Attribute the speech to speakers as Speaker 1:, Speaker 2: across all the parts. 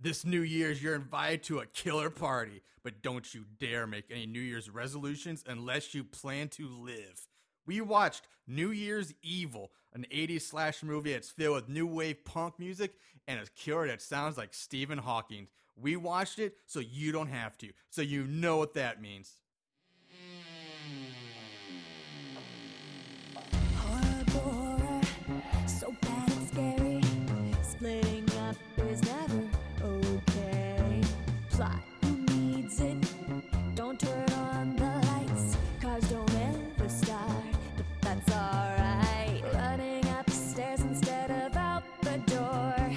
Speaker 1: This New Year's, you're invited to a killer party, but don't you dare make any New Year's resolutions unless you plan to live. We watched New Year's Evil, an 80s slash movie that's filled with new wave punk music and a killer that sounds like Stephen Hawking. We watched it so you don't have to, so you know what that means.
Speaker 2: Horror, so bad and scary. Splitting up is never okay. Plot who needs it? Don't turn on the lights. Cars don't ever start, but that's alright. Running upstairs instead of out the door.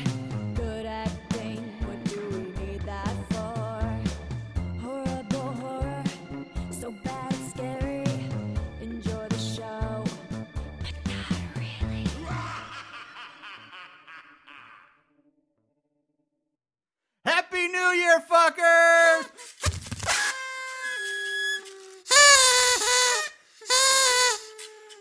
Speaker 2: Good acting, what do we need that for? Horrible horror, so bad and scary. Enjoy the show.
Speaker 1: Happy New Year, fuckers!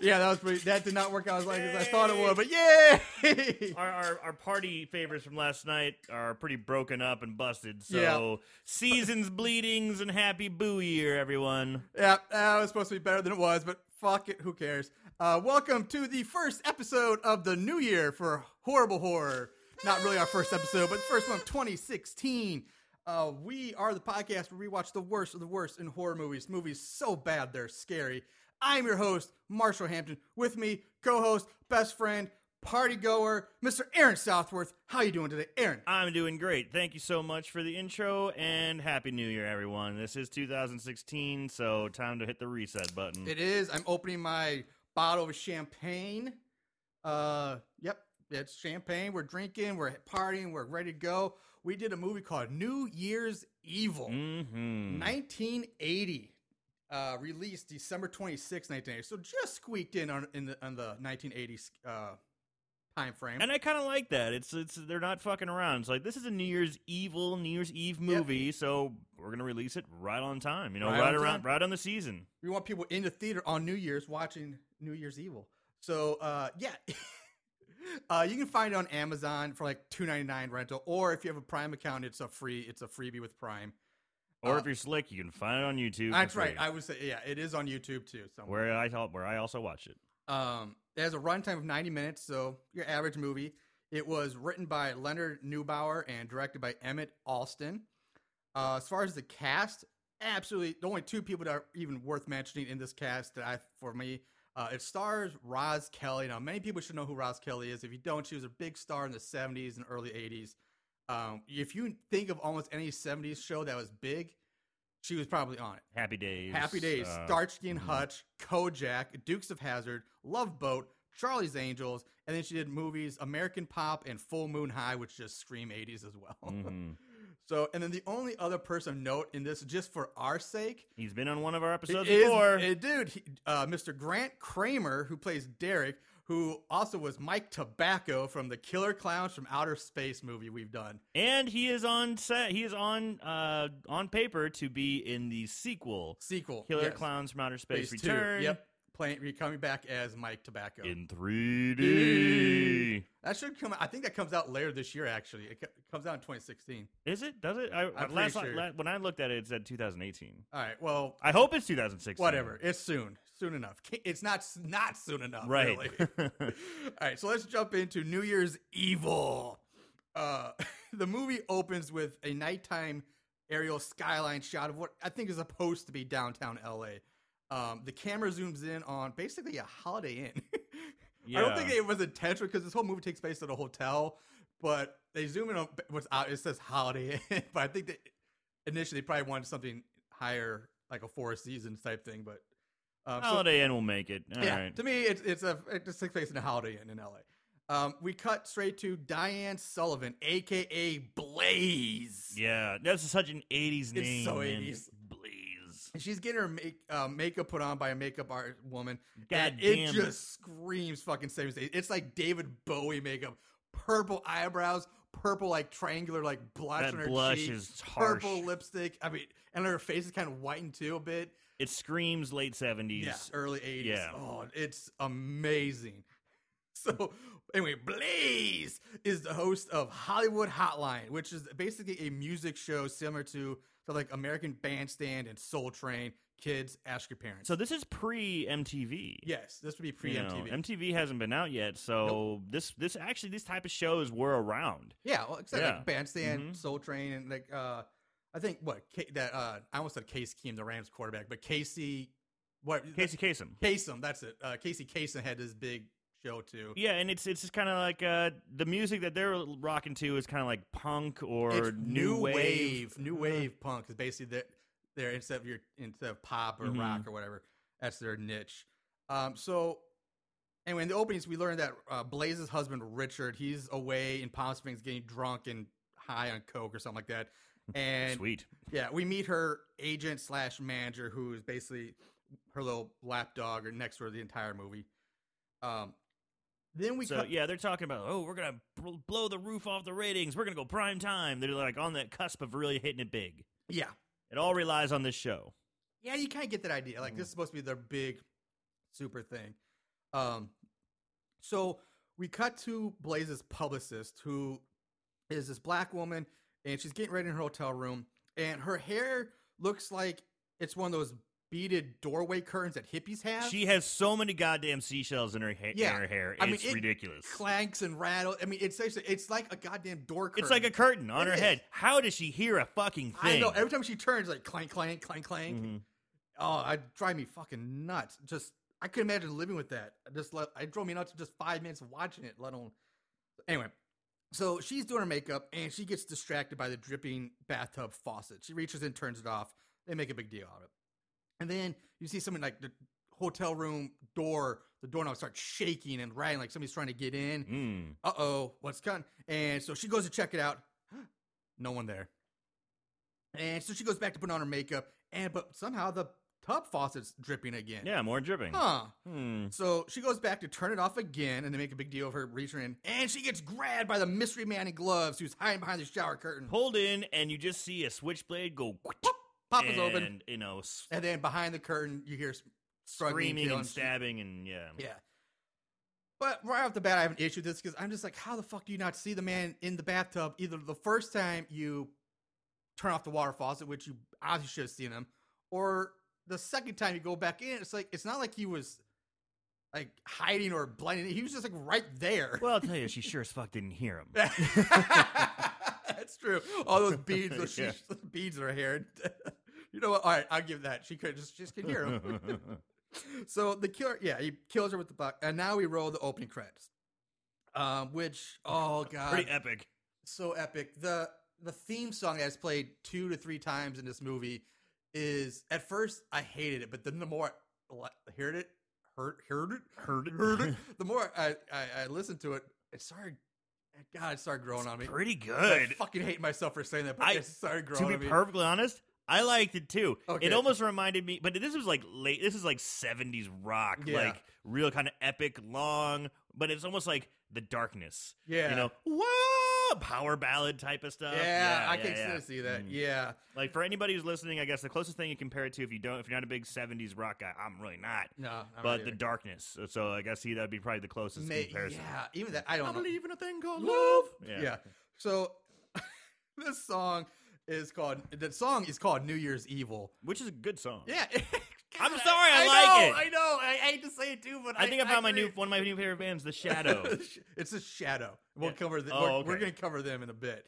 Speaker 1: yeah, that was pretty, that did not work out as like as I thought it would, but yay!
Speaker 3: Our, our our party favors from last night are pretty broken up and busted. So
Speaker 1: Yeah.
Speaker 3: seasons bleedings and happy boo year, everyone.
Speaker 1: yeah, that was supposed to be better than it was, but fuck it, who cares? Uh, welcome to the first episode of the new year for Horrible Horror. Not really our first episode, but the first one of 2016. Uh, we are the podcast where we watch the worst of the worst in horror movies. Movies so bad they're scary. I'm your host, Marshall Hampton. With me, co-host, best friend, party goer, Mr. Aaron Southworth. How you doing today, Aaron?
Speaker 3: I'm doing great. Thank you so much for the intro and happy new year, everyone. This is 2016, so time to hit the reset button.
Speaker 1: It is. I'm opening my bottle of champagne. Uh, yep, it's champagne. We're drinking. We're partying. We're ready to go. We did a movie called New Year's Evil,
Speaker 3: mm-hmm.
Speaker 1: 1980. Uh, released December 26, 1980. So just squeaked in on in the on the 1980s uh, time frame.
Speaker 3: And I kind of like that. It's it's they're not fucking around. It's like this is a New Year's Evil, New Year's Eve movie, so we're gonna release it right on time. You know,
Speaker 1: Right
Speaker 3: right,
Speaker 1: on
Speaker 3: around,
Speaker 1: time.
Speaker 3: right on the season.
Speaker 1: we want people in the theater on New Year's watching New Year's Evil. So uh, yeah, uh, you can find it on Amazon for like two ninety nine rental, or if you have a Prime account, it's a free it's a freebie with Prime.
Speaker 3: Or
Speaker 1: Uh,
Speaker 3: if you're slick, you can find it on YouTube. for
Speaker 1: That's right.
Speaker 3: free,
Speaker 1: I would say yeah, it is on YouTube too. Somewhere.
Speaker 3: where I tell- where I also watch it.
Speaker 1: Um, it has a runtime of ninety minutes, so your average movie. It was written by Leonard Neubauer and directed by Emmett Alston. Uh, as far as the cast, absolutely the only two people that are even worth mentioning in this cast that I for me. Uh, it stars Roz Kelly. Now, many people should know who Roz Kelly is. If you don't, she was a big star in the 70s and early 80s. Um, if you think of almost any 70s show that was big, she was probably on it.
Speaker 3: Happy Days.
Speaker 1: Happy Days,
Speaker 3: uh,
Speaker 1: Starsky and
Speaker 3: mhm.
Speaker 1: Hutch, Kojak, Dukes of Hazard, Love Boat, Charlie's Angels, and then she did movies American Pop and Full Moon High, which just scream '80s as well.
Speaker 3: mhm.
Speaker 1: So, and then the only other person of note in this, just for our sake,
Speaker 3: He's been on one of our episodes
Speaker 1: is
Speaker 3: before.
Speaker 1: eh, dude, he, uh, Mr. Grant Kramer, who plays Derek, who also was Mike Tobacco from the Killer Clowns from Outer Space movie we've done.
Speaker 3: and he is on set. He is on uh, on paper to be in the sequel,
Speaker 1: Sequel
Speaker 3: Killer
Speaker 1: yes.
Speaker 3: Clowns from Outer Space,
Speaker 1: Phase
Speaker 3: Return.
Speaker 1: Two. Yep, playing, re- coming back as Mike Tobacco
Speaker 3: In 3D.
Speaker 1: That should come. I think that comes out later this year. Actually, it co- comes out in 2016.
Speaker 3: Is it? Does it? I,
Speaker 1: pretty
Speaker 3: last
Speaker 1: sure.
Speaker 3: la- when I looked at it, it said 2018.
Speaker 1: All right. Well,
Speaker 3: I hope it's 2016.
Speaker 1: whatever. It's soon. Soon enough. Ca- It's not. s- Not soon enough.
Speaker 3: Right.
Speaker 1: Really. All right. So let's jump into New Year's Evil. Uh, the movie opens with a nighttime aerial skyline shot of what I think is supposed to be downtown LA. Um, the camera zooms in on basically a Holiday Inn. I don't think
Speaker 3: Yeah.
Speaker 1: it was intentional because this whole movie takes place at a hotel, but they zoom in on what's out. It says Holiday Inn, but I think that initially they probably wanted something higher, like a Four Seasons type thing. But um, so-
Speaker 3: Holiday Inn will make it. All right.
Speaker 1: yeah, to me, it's it's a it just takes place in a Holiday Inn in L.A. Um, we cut straight to Diane Sullivan, aka Blaze.
Speaker 3: Yeah, that's such an 80s name.
Speaker 1: It's so
Speaker 3: man.
Speaker 1: 80s.
Speaker 3: Blaze.
Speaker 1: And she's getting her make, uh, makeup put on by a makeup art woman.
Speaker 3: God
Speaker 1: and
Speaker 3: damn
Speaker 1: it
Speaker 3: it.
Speaker 1: just screams fucking seventies. It's like David Bowie makeup, purple eyebrows, purple like triangular like blush
Speaker 3: That
Speaker 1: on her
Speaker 3: blush
Speaker 1: cheek,
Speaker 3: is harsh.
Speaker 1: purple lipstick. I mean, and her face is kind of whitened too a bit.
Speaker 3: It screams late 70s.
Speaker 1: Yeah, early eighties.
Speaker 3: yeah.
Speaker 1: Oh, it's amazing. So, anyway, Blaze is the host of Hollywood Hotline, which is basically a music show similar to, to like American Bandstand and Soul Train, Kids, Ask Your Parents.
Speaker 3: So this is pre MTV.
Speaker 1: yes, this would be pre
Speaker 3: You know,
Speaker 1: MTV.
Speaker 3: MTV hasn't been out yet, so this this actually these type of shows were around.
Speaker 1: yeah, well, except
Speaker 3: Yeah.
Speaker 1: like Bandstand,
Speaker 3: Mhm.
Speaker 1: Soul Train, and like uh, I think what K- that uh, I almost said Case Keem, the Rams quarterback, but Casey, what
Speaker 3: Casey Kasem.
Speaker 1: Kasem, that's it. Uh, Casey Kasem had this big show too.
Speaker 3: Yeah, and it's it's just kind of like uh, the music that they're rocking to is kind of like punk or
Speaker 1: It's
Speaker 3: new,
Speaker 1: new
Speaker 3: Uh,
Speaker 1: wave punk is basically their their instead of your instead of pop or
Speaker 3: Mhm.
Speaker 1: rock or whatever. That's their niche. Um, so anyway, in the openings, we learned that uh, Blaze's husband Richard he's away in Palm Springs getting drunk and high on coke or something like that. And
Speaker 3: Sweet.
Speaker 1: yeah, we meet her agent slash manager, who is basically her little lapdog or next door the entire movie. Um, then we
Speaker 3: so
Speaker 1: cut-
Speaker 3: yeah, they're talking about oh, we're gonna bl- blow the roof off the ratings. We're gonna go prime time. They're like on that cusp of really hitting it big.
Speaker 1: yeah
Speaker 3: It all relies on this show.
Speaker 1: yeah, you kind of get that idea.
Speaker 3: Mm-hmm.
Speaker 1: Like this is supposed to be their big super thing. Um, so we cut to Blaze's publicist, who is this black woman, and she's getting ready in her hotel room, and her hair looks like it's one of those beaded doorway curtains that hippies have.
Speaker 3: She has so many goddamn seashells in her, ha-
Speaker 1: Yeah.
Speaker 3: in her hair.
Speaker 1: I mean,
Speaker 3: it's
Speaker 1: it
Speaker 3: ridiculous.
Speaker 1: clanks and rattles. I mean, it's actually- it's like a goddamn door curtain.
Speaker 3: It's like a curtain on
Speaker 1: It
Speaker 3: her
Speaker 1: is.
Speaker 3: head. How does she hear a fucking thing?
Speaker 1: I know. Every time she turns, like clank, clank, clank, clank.
Speaker 3: Mhm.
Speaker 1: Oh, I drive me fucking nuts. Just I could imagine living with that. I Just let I drove me nuts just five minutes of watching it, let alone anyway. So she's doing her makeup and she gets distracted by the dripping bathtub faucet. She reaches in, turns it off. They make a big deal out of it. And then you see something like the hotel room door, the doorknob starts shaking and rattling like somebody's trying to get in.
Speaker 3: Mm.
Speaker 1: Uh oh, what's coming? And so she goes to check it out. No one there. And so she goes back to put on her makeup, and but somehow the tub faucet's dripping again.
Speaker 3: Yeah, more dripping.
Speaker 1: Huh.
Speaker 3: Hmm.
Speaker 1: So she goes back to turn it off again, and they make a big deal of her reaching in, and she gets grabbed by the mystery man in gloves who's hiding behind the shower curtain.
Speaker 3: Pulled in, and you just see a switchblade go.
Speaker 1: Pop is
Speaker 3: and,
Speaker 1: open,
Speaker 3: You know, s-
Speaker 1: and then behind the curtain you hear s- struggling,
Speaker 3: screaming
Speaker 1: feeling-
Speaker 3: and stabbing, and yeah.
Speaker 1: Yeah. But right off the bat, I have an issue with this because I'm just like, how the fuck do you not see the man in the bathtub either the first time you turn off the water faucet, which you obviously should have seen him, or the second time you go back in? It's like, it's not like he was like hiding or blending. He was just like right there.
Speaker 3: Well, I'll tell you, she sure as fuck didn't hear him.
Speaker 1: That's true. All those beads, those
Speaker 3: Yeah.
Speaker 1: sh- beads in her hair. you know what? All right, I'll give that. She could just, just could hear him. So the killer, yeah, he kills her with the buck, and now we roll the opening credits, um, which oh god,
Speaker 3: Pretty epic.
Speaker 1: so epic. The the theme song that's played two to three times in this movie is at first I hated it, but then the more I li- heard it, heard heard it,
Speaker 3: Heard it.
Speaker 1: heard it, the more I I, I listened to it, it started. God, it started growing on me.
Speaker 3: Pretty
Speaker 1: I
Speaker 3: good.
Speaker 1: fucking hate myself for saying that, but
Speaker 3: I-
Speaker 1: it started growing
Speaker 3: To be
Speaker 1: on me.
Speaker 3: perfectly honest, I liked it too.
Speaker 1: Okay.
Speaker 3: It almost reminded me, but this was like late. This is like seventies rock,
Speaker 1: Yeah.
Speaker 3: like real kind of epic, long. But it's almost like the darkness.
Speaker 1: yeah,
Speaker 3: You know, whoa, power ballad type of stuff.
Speaker 1: yeah, I can
Speaker 3: yeah.
Speaker 1: still see that.
Speaker 3: Mm.
Speaker 1: Yeah,
Speaker 3: Like for anybody who's listening, I guess the closest thing you compare it to, if you don't, if you're not a big '70s rock guy, I'm really not.
Speaker 1: no, I'm
Speaker 3: but
Speaker 1: not
Speaker 3: the
Speaker 1: either.
Speaker 3: darkness. So I guess he that'd be probably the closest
Speaker 1: May-
Speaker 3: comparison.
Speaker 1: Yeah, even that I don't know.
Speaker 3: in a thing called
Speaker 1: love. Yeah.
Speaker 3: Yeah.
Speaker 1: So this song is called the song is called New Year's Evil.
Speaker 3: which is a good song.
Speaker 1: Yeah.
Speaker 3: I'm
Speaker 1: God,
Speaker 3: sorry, I
Speaker 1: know,
Speaker 3: like it.
Speaker 1: I know. I hate to say it too, but I,
Speaker 3: I think I, found my new
Speaker 1: agree.
Speaker 3: one of my new favorite bands, The Shadow.
Speaker 1: it's a shadow. We'll
Speaker 3: Yeah.
Speaker 1: cover the,
Speaker 3: Oh,
Speaker 1: we're, we're
Speaker 3: okay.
Speaker 1: going to cover them in a bit.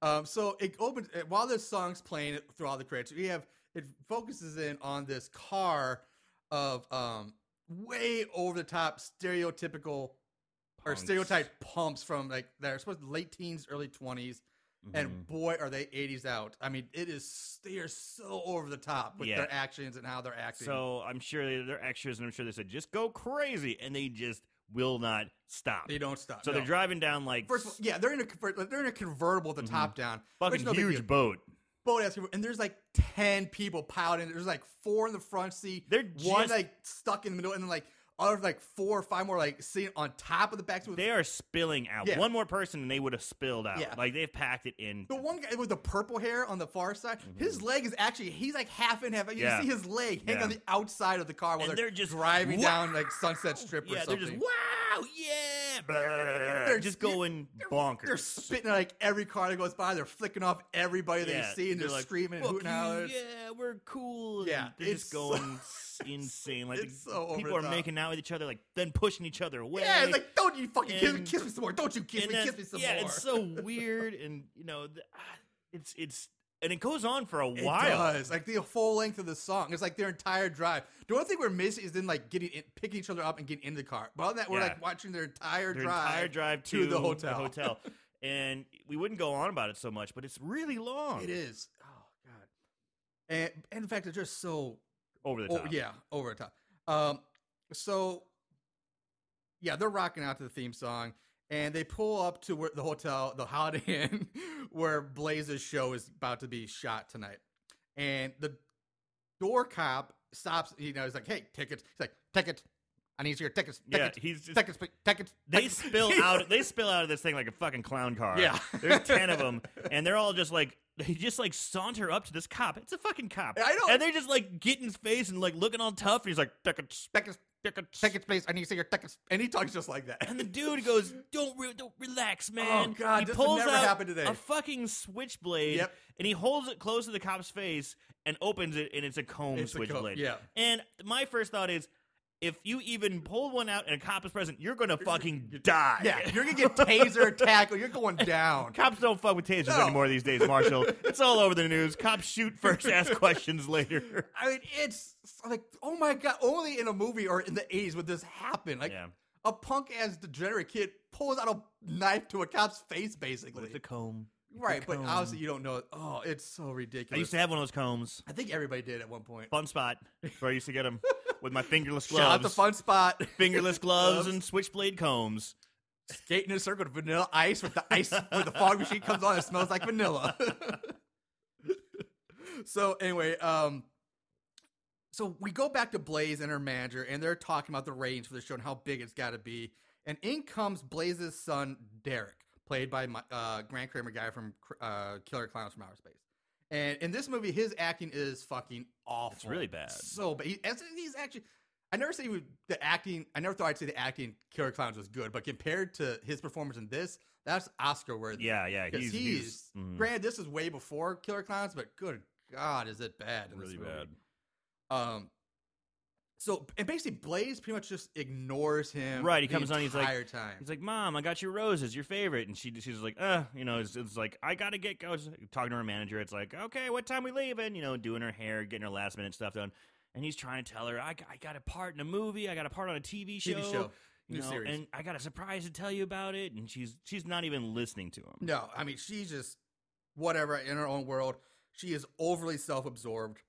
Speaker 1: Um, so it opens uh, while this song's playing through all the credits. We have it focuses in on this car of um, way over the top stereotypical or
Speaker 3: Punks.
Speaker 1: stereotyped pumps from like they're supposed to late teens, early 20s and
Speaker 3: Mhm.
Speaker 1: boy are they 80s out. I mean, it is they are so over the top with
Speaker 3: Yeah.
Speaker 1: their actions and how they're acting.
Speaker 3: so I'm sure they- they're extras, and I'm sure they said just go crazy, and they just will not stop.
Speaker 1: they don't stop.
Speaker 3: So
Speaker 1: no.
Speaker 3: they're driving down like
Speaker 1: First of all, yeah, they're in a convert- they're in a convertible with the top down,
Speaker 3: fucking
Speaker 1: which no big
Speaker 3: huge
Speaker 1: deal.
Speaker 3: boat.
Speaker 1: boat ass conver- and there's like ten people piled in. There's like four in the front seat,
Speaker 3: They're
Speaker 1: one
Speaker 3: just-
Speaker 1: like stuck in the middle, and then like other like four or five more like sitting on top of the back. with
Speaker 3: They are spilling out.
Speaker 1: Yeah.
Speaker 3: One more person and they would have spilled out.
Speaker 1: Yeah.
Speaker 3: Like they've packed it in.
Speaker 1: The one guy with the purple hair on the far side, his leg is actually he's like half in half. out. You
Speaker 3: Mm-hmm. Yeah.
Speaker 1: see his leg hanging
Speaker 3: Yeah.
Speaker 1: on the outside of the car while
Speaker 3: And
Speaker 1: they're,
Speaker 3: they're just,
Speaker 1: driving
Speaker 3: "Wow!"
Speaker 1: down like Sunset Strip or
Speaker 3: yeah, they're
Speaker 1: something.
Speaker 3: just wow, yeah. They're just
Speaker 1: they're-
Speaker 3: going bonkers.
Speaker 1: They're spitting at like every car that goes by. They're flicking off everybody
Speaker 3: Yeah,
Speaker 1: they see, and they're,
Speaker 3: like,
Speaker 1: screaming and
Speaker 3: "Fuck
Speaker 1: hooting
Speaker 3: you,
Speaker 1: and hollering.
Speaker 3: Yeah, we're cool. and
Speaker 1: Yeah,
Speaker 3: they're just
Speaker 1: it's so-
Speaker 3: going insane. Like the
Speaker 1: it's so over
Speaker 3: people
Speaker 1: the
Speaker 3: are
Speaker 1: top.
Speaker 3: making out with each other, like then pushing each other away.
Speaker 1: Yeah, it's like don't you fucking kiss me,
Speaker 3: And-
Speaker 1: kiss me some more. Don't you kiss
Speaker 3: And
Speaker 1: me,
Speaker 3: then-
Speaker 1: kiss me some
Speaker 3: yeah,
Speaker 1: more.
Speaker 3: it's so weird, and you know, th- ah, it's it's and it goes on for a
Speaker 1: It
Speaker 3: while.
Speaker 1: does. Like the full length of the song. It's like their entire drive. The only thing we're missing is then like getting in, picking each other up and getting in the car. But other than that, we're
Speaker 3: Yeah.
Speaker 1: like watching their entire
Speaker 3: Their
Speaker 1: drive.
Speaker 3: entire drive
Speaker 1: to the hotel.
Speaker 3: hotel. and we wouldn't go on about it so much, but it's really long.
Speaker 1: It is. Oh god. And, and in fact, they're just so.
Speaker 3: over the
Speaker 1: Oh,
Speaker 3: top.
Speaker 1: yeah, over the top. Um, so yeah, they're rocking out to the theme song, and they pull up to where the hotel, the Holiday Inn, where Blaze's show is about to be shot tonight. And the door cop stops. You know, he's like, "Hey, tickets." He's like, "Tickets." I need your tickets.
Speaker 3: Yeah,
Speaker 1: Tickets.
Speaker 3: he's just,
Speaker 1: Tickets. please, Tickets.
Speaker 3: they
Speaker 1: tickets."
Speaker 3: spill
Speaker 1: He's
Speaker 3: out. They spill out of this thing like a fucking clown car.
Speaker 1: Yeah.
Speaker 3: there's ten of them, and they're all just like they just like saunter up to this cop. It's a fucking cop.
Speaker 1: I know.
Speaker 3: And they just like get in his face and like looking all tough. And he's like, tickets,
Speaker 1: Tickets.
Speaker 3: tickets,
Speaker 1: Tickets, please. I need to see your tickets. And he talks just like that.
Speaker 3: And the dude goes, "Don't re- don't relax, man."
Speaker 1: Oh, God,
Speaker 3: he
Speaker 1: this would
Speaker 3: pulls
Speaker 1: never
Speaker 3: out
Speaker 1: happen today.
Speaker 3: a fucking switchblade,
Speaker 1: Yep.
Speaker 3: and he holds it close to the cop's face and opens it, and it's a comb
Speaker 1: It's a comb,
Speaker 3: switchblade.
Speaker 1: yeah.
Speaker 3: And my first thought is, if you even pull one out and a cop is present, you're gonna fucking
Speaker 1: you're-
Speaker 3: die.
Speaker 1: Yeah, you're gonna get taser tackled. You're going down.
Speaker 3: Cops don't fuck with tasers
Speaker 1: No.
Speaker 3: anymore these days, Marshall. it's all over the news. Cops shoot first, ask questions later.
Speaker 1: I mean, it's like, oh my god! Only in a movie or in the '80s would this happen. Like
Speaker 3: Yeah.
Speaker 1: a punk ass degenerate kid pulls out a knife to a cop's face, basically.
Speaker 3: comb.
Speaker 1: right, but
Speaker 3: comb.
Speaker 1: obviously you don't know. it. Oh, it's so
Speaker 3: I
Speaker 1: ridiculous.
Speaker 3: used to have one of those combs.
Speaker 1: I think everybody did at one point.
Speaker 3: Fun spot where I used to get them with my fingerless gloves.
Speaker 1: Shout out the fun spot.
Speaker 3: fingerless gloves
Speaker 1: Gloves.
Speaker 3: and switchblade combs.
Speaker 1: Skating in a circle to vanilla ice with the ice where the fog machine comes on. It smells like vanilla. so anyway, um, so we go back to Blaze and her manager, and they're talking about the ratings for the show and how big it's got to be. And in comes Blaze's son Derek, played by my, uh, Grant Kramer guy from uh, Killer Clowns from Outer Space. And in this movie, his acting is fucking awful.
Speaker 3: really bad.
Speaker 1: So bad. He, as- he's actually. I never say he would- the acting. I never thought I'd say the acting Killer Clowns was good, but compared to his performance in this, that's Oscar worthy.
Speaker 3: Yeah, yeah,
Speaker 1: Because
Speaker 3: he's,
Speaker 1: he's,
Speaker 3: he's, mm,
Speaker 1: granted, this is way before Killer Clowns, but good God, is it bad? In
Speaker 3: really
Speaker 1: this movie.
Speaker 3: bad.
Speaker 1: Um, so and basically, Blaze pretty much just ignores him.
Speaker 3: Right, he
Speaker 1: the
Speaker 3: comes on, he's like-
Speaker 1: entire time.
Speaker 3: He's like, "Mom, I got you roses, your favorite," and she she's like, "Uh, you know, it's, it's like I gotta get go." Talking to her manager, it's like, "Okay, what time we leaving?" You know, doing her hair, getting her last minute stuff done, and he's trying to tell her, "I got, I got a part in a movie, I got a part on a TV show,
Speaker 1: TV show,
Speaker 3: you
Speaker 1: new
Speaker 3: know,
Speaker 1: series.
Speaker 3: and I got a surprise to tell you about it." And she's she's not even listening to him.
Speaker 1: no, I mean she's just whatever in her own world. She is overly self-absorbed.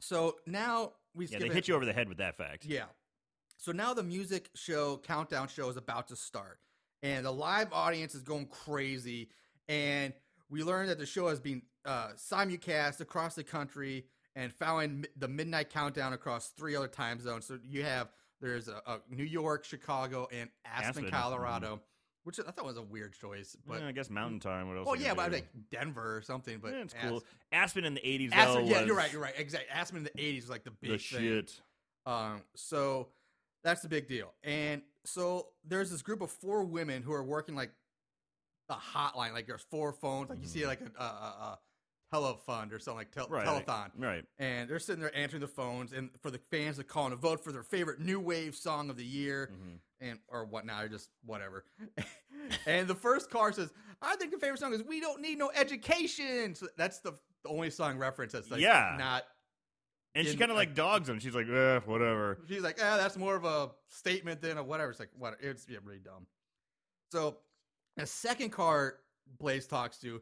Speaker 1: So now we
Speaker 3: yeah,
Speaker 1: skip
Speaker 3: they
Speaker 1: it.
Speaker 3: hit you over the head with that fact.
Speaker 1: Yeah. So now the music show countdown show is about to start, and the live audience is going crazy. And we learned that the show has been uh, simulcast across the country and following mi- the midnight countdown across three other time zones. So you have there's a, a New York, Chicago, and Aspen,
Speaker 3: Aspen, Mm-hmm.
Speaker 1: Colorado, which I thought was a weird choice. But
Speaker 3: Eh, I guess Mountain Time. What else?
Speaker 1: oh
Speaker 3: are you
Speaker 1: yeah, but
Speaker 3: gonna
Speaker 1: I'm
Speaker 3: do?
Speaker 1: like Denver or something. But
Speaker 3: Eh, it's
Speaker 1: Aspen,
Speaker 3: cool. Aspen in the '80s.
Speaker 1: Aspen-
Speaker 3: though,
Speaker 1: yeah, you're
Speaker 3: was
Speaker 1: right. You're right. Exactly. Aspen in the '80s was like the big
Speaker 3: The
Speaker 1: thing.
Speaker 3: shit.
Speaker 1: Um, so that's the big deal. And so there's this group of four women who are working like the hotline, like there's four phones, like you see
Speaker 3: Mhm.
Speaker 1: like uh, a, a, a, a telefund or something like tel-
Speaker 3: Right.
Speaker 1: telethon.
Speaker 3: Right.
Speaker 1: And they're sitting there answering the phones and for the fans to call and to vote for their favorite new wave song of the
Speaker 3: Mm-hmm.
Speaker 1: year
Speaker 3: Mm.
Speaker 1: and or whatnot, or just whatever. and the first car says, I think the favorite song is We Don't Need No Education. So that's the, the only song reference that's like
Speaker 3: Yeah.
Speaker 1: not
Speaker 3: And she
Speaker 1: In-
Speaker 3: kind of like dogs him. She's like, eh, whatever.
Speaker 1: She's like, ah, that's more of a statement than a whatever. It's like, what? It's yeah, really dumb. So, a second car Blaze talks to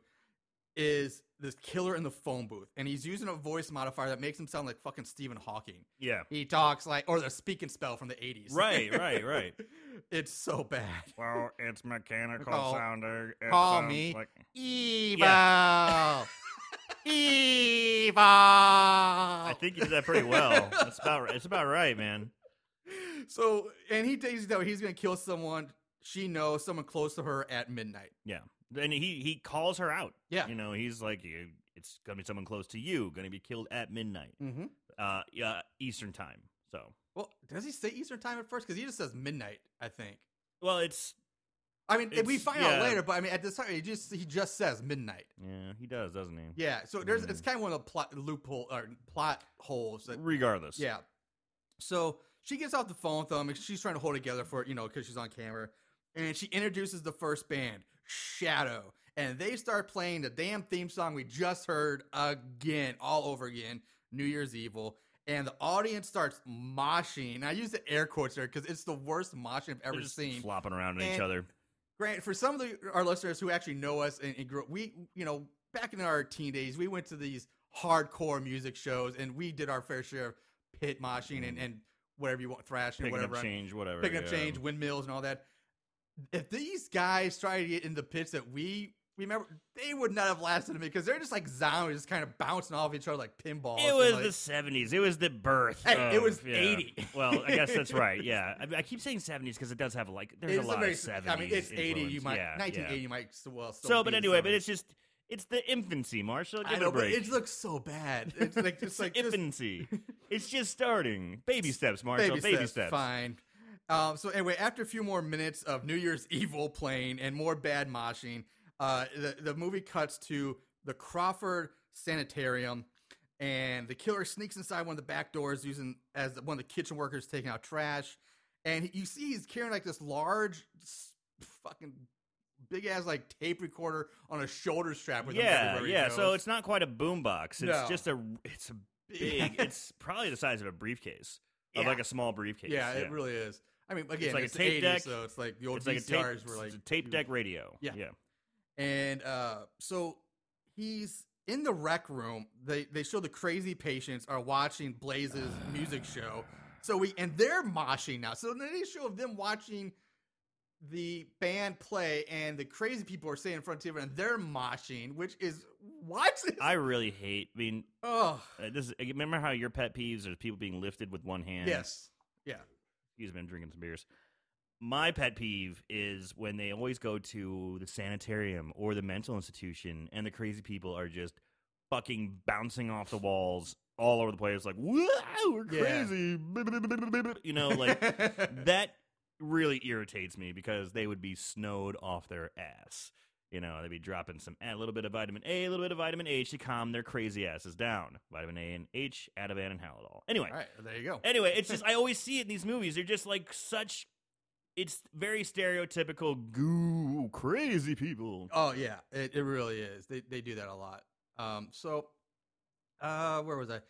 Speaker 1: is this killer in the phone booth, and he's using a voice modifier that makes him sound like fucking Stephen Hawking.
Speaker 3: Yeah.
Speaker 1: He talks like, or the speaking spell from the 80s.
Speaker 3: Right, right, right.
Speaker 1: it's so bad.
Speaker 3: Well, it's mechanical
Speaker 1: Call-
Speaker 3: sounder. It
Speaker 1: call
Speaker 3: sounds
Speaker 1: me.
Speaker 3: like-
Speaker 1: Evil. Evil.
Speaker 3: Oh. I think you did that pretty well. That's about. It's about right, man.
Speaker 1: So, and he takes it that he's going to kill someone she knows, someone close to her at midnight.
Speaker 3: And he he calls her out.
Speaker 1: Yeah.
Speaker 3: You know, he's like, "You- it's gonna be someone close to you, gonna be killed at midnight,
Speaker 1: Mm-hmm.
Speaker 3: uh, yeah, Eastern time. So,
Speaker 1: Well, does he say Eastern time at first? Because he just says midnight, I think.
Speaker 3: well, it's
Speaker 1: I mean, we
Speaker 3: It's-
Speaker 1: find out
Speaker 3: yeah.
Speaker 1: later, but I mean, at this time, he just he just says midnight.
Speaker 3: yeah, he does, doesn't he?
Speaker 1: Yeah, so there's
Speaker 3: Mm.
Speaker 1: it's kind of one of the plot loophole or plot holes that
Speaker 3: Regardless.
Speaker 1: Yeah. So she gets off the phone with them. and She's trying to hold it together for you know because she's on camera, and she introduces the first band, Shadow, and they start playing the damn theme song we just heard again, all over again, New Year's Evil, and the audience starts moshing. And I use the air quotes there because it's the worst moshing I've
Speaker 3: They're
Speaker 1: ever
Speaker 3: just
Speaker 1: seen.
Speaker 3: flopping around at each
Speaker 1: And-
Speaker 3: other.
Speaker 1: Grant, for some of the, our listeners who actually know us and, and grew up, we, you know, back in our teen days, we went to these hardcore music shows and we did our fair share of pit moshing and, and whatever you want, thrashing, or
Speaker 3: Mm-hmm. Picking
Speaker 1: whatever,
Speaker 3: up change, whatever.
Speaker 1: picking up
Speaker 3: yeah.
Speaker 1: change, windmills, and all that. If these guys tried to get in the pits that we remember, they would not have lasted a minute because they're just like zombies, just kind of bouncing off each other like pinballs.
Speaker 3: It
Speaker 1: and,
Speaker 3: was
Speaker 1: like-
Speaker 3: the seventies. It was the birth.
Speaker 1: Hey, it
Speaker 3: of-
Speaker 1: was
Speaker 3: yeah.
Speaker 1: 80.
Speaker 3: Well, I guess that's right. Yeah, I, I keep saying seventies because it does have like there's
Speaker 1: it's
Speaker 3: a lot
Speaker 1: very-
Speaker 3: of seventies.
Speaker 1: I mean, it's eighty. You might
Speaker 3: yeah,
Speaker 1: nineteen eighty.
Speaker 3: yeah.
Speaker 1: You might s- well. Still
Speaker 3: So,
Speaker 1: be
Speaker 3: but
Speaker 1: in
Speaker 3: anyway, but
Speaker 1: 70s.
Speaker 3: it's just it's the infancy, Marshall. Give
Speaker 1: I know,
Speaker 3: it a
Speaker 1: but
Speaker 3: break.
Speaker 1: it looks so bad. It's like it's like just
Speaker 3: infancy. it's just starting. Baby steps, Marshall.
Speaker 1: baby,
Speaker 3: Baby,
Speaker 1: steps, Fine. Um, so anyway, after a few more minutes of New Year's Evil playing and more bad moshing, uh, the the movie cuts to the Crawford Sanitarium, and the killer sneaks inside one of the back doors using as one of the kitchen workers taking out trash, and you see he's carrying like this large, s- fucking big ass like tape recorder on a shoulder strap with him
Speaker 3: Yeah,
Speaker 1: everywhere he
Speaker 3: yeah. So
Speaker 1: goes.
Speaker 3: it's not quite a boombox. It's
Speaker 1: No.
Speaker 3: just a. It's a big. it's probably the size of a briefcase, of
Speaker 1: Yeah.
Speaker 3: like a small briefcase.
Speaker 1: Yeah, it really is. I mean, again, it's,
Speaker 3: like a
Speaker 1: the
Speaker 3: tape
Speaker 1: 80s,
Speaker 3: deck.
Speaker 1: so it's like the old
Speaker 3: It's like a
Speaker 1: VCRs
Speaker 3: tape,
Speaker 1: were like
Speaker 3: it's a tape deck radio.
Speaker 1: Yeah.
Speaker 3: yeah.
Speaker 1: And uh, so he's in the rec room. They they show the crazy patients are watching Blaze's music show. So we and they're moshing now. So then they show of them watching the band play, and the crazy people are saying in front of everyone, and they're moshing, which is what?
Speaker 3: I really hate. I mean,
Speaker 1: oh
Speaker 3: uh, this. Is, remember how your pet peeves are people being lifted with one hand?
Speaker 1: yes,
Speaker 3: Excuse me, I'm drinking some beers. My pet peeve is when they always go to the sanitarium or the mental institution, and the crazy people are just fucking bouncing off the walls all over the place, like "Whoa, we're
Speaker 1: Yeah.
Speaker 3: crazy," you know, like that really irritates me because they would be snowed off their ass. You know, they'd be dropping some "Eh, a little bit of vitamin A, a little bit of vitamin H to calm their crazy asses down. Vitamin A and H, Ativan and Halidol. Anyway,
Speaker 1: All right, there you go.
Speaker 3: anyway, it's just I always see it in these movies. They're just like such. It's very stereotypical goo crazy people.
Speaker 1: Oh yeah, it, it really is. They they do that a lot. Um, so, uh, where was I?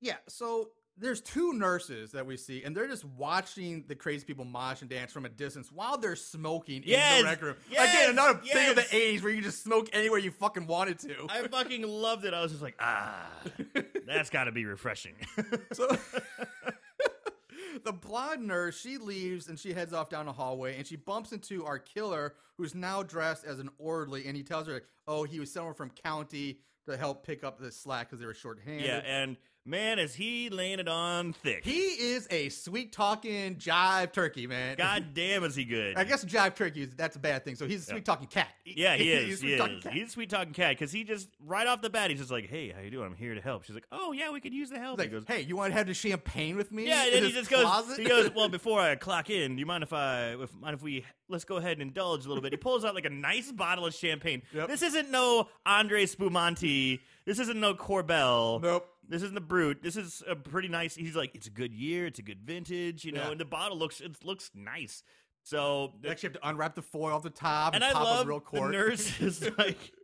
Speaker 1: Yeah, so there's two nurses that we see, and they're just watching the crazy people mosh and dance from a distance while they're smoking in
Speaker 3: Yes!
Speaker 1: the rec room.
Speaker 3: Yes!
Speaker 1: Again, another thing of the
Speaker 3: Yes!
Speaker 1: '80s where you can just smoke anywhere you fucking wanted to.
Speaker 3: I fucking loved it. I was just like, ah, that's got to be refreshing.
Speaker 1: So the blonde nurse, she leaves and she heads off down the hallway and she bumps into our killer who's now dressed as an orderly and he tells her, oh, he was someone from county to help pick up the slack because they were shorthanded.
Speaker 3: yeah, and man, is he laying it on thick?
Speaker 1: he is a sweet talking jive turkey, man.
Speaker 3: God damn, is he good?
Speaker 1: I guess jive turkey is that's a bad thing. So he's a
Speaker 3: Yeah.
Speaker 1: sweet talking cat.
Speaker 3: Yeah, he
Speaker 1: He's a
Speaker 3: is.
Speaker 1: sweet
Speaker 3: He
Speaker 1: talking
Speaker 3: is.
Speaker 1: cat.
Speaker 3: He's a sweet talking cat because he just right off the bat he's just like, "Hey, how you doing? I'm here to help." She's like, "Oh yeah, we could use the help."
Speaker 1: Like,
Speaker 3: he goes,
Speaker 1: hey, you want to have the champagne with me?
Speaker 3: "Yeah,"
Speaker 1: in
Speaker 3: and then he
Speaker 1: this
Speaker 3: just goes,
Speaker 1: closet?"
Speaker 3: "He goes, well, before I clock in, do you mind if I, if, mind if we, let's go ahead and indulge a little bit?" He pulls out like a nice bottle of champagne.
Speaker 1: Yep.
Speaker 3: This isn't no Andre Spumanti. This isn't no Corbel.
Speaker 1: nope.
Speaker 3: This isn't the brute. This is a pretty nice. He's like, it's a good year. It's a good vintage, you know.
Speaker 1: Yeah.
Speaker 3: And the bottle looks, it looks nice. So
Speaker 1: You actually have to unwrap the foil off the top and,
Speaker 3: and I
Speaker 1: pop
Speaker 3: love
Speaker 1: a real cork.
Speaker 3: the nurse is like,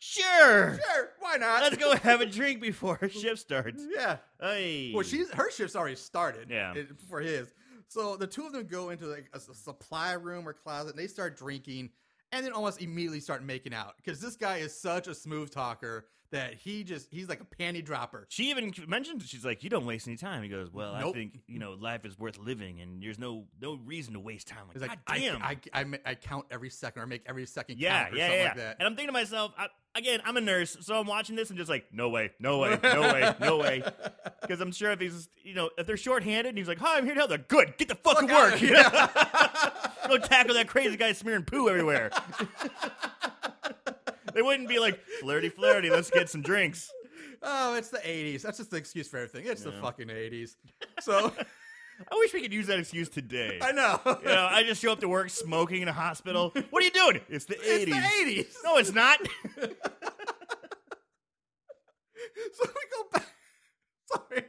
Speaker 3: sure,
Speaker 1: Sure, why not?
Speaker 3: let's go have a drink before her shift starts.
Speaker 1: Yeah.
Speaker 3: Hey,
Speaker 1: Well, she's her shift's already started.
Speaker 3: Yeah.
Speaker 1: i- For his, so the two of them go into like a s- supply room or closet, and they start drinking, and then almost immediately start making out because this guy is such a smooth talker that he just he's like a panty dropper.
Speaker 3: she even mentioned she's like, you don't waste any time. He goes, well, I
Speaker 1: Nope.
Speaker 3: think you know life is worth living, and there's no no reason to waste time. Like,
Speaker 1: He's like,
Speaker 3: God damn,
Speaker 1: I, I, I, ma- I count every second or make every second
Speaker 3: yeah,
Speaker 1: count or
Speaker 3: yeah,
Speaker 1: something
Speaker 3: yeah.
Speaker 1: like that.
Speaker 3: And I'm thinking to myself, I, again, I'm a nurse, so I'm watching this and just like, no way, no way, no way, no way. Because I'm sure if he's, you know, if they're shorthanded and he's like, hi, I'm here to help, they're like, good, get the fuck, to
Speaker 1: outta
Speaker 3: work.
Speaker 1: here.
Speaker 3: You know? Go tackle that crazy guy smearing poo everywhere. they wouldn't be like, flirty, flirty, let's get some drinks.
Speaker 1: Oh, it's the 80s. That's just the excuse for everything. It's the
Speaker 3: Yeah.
Speaker 1: fucking 80s. So,
Speaker 3: I wish we could use that excuse today.
Speaker 1: I know.
Speaker 3: You know, I just show up to work smoking in a hospital. What are you doing? It's the 80s.
Speaker 1: It's the 80s.
Speaker 3: No, it's not.
Speaker 1: So we go back. Sorry.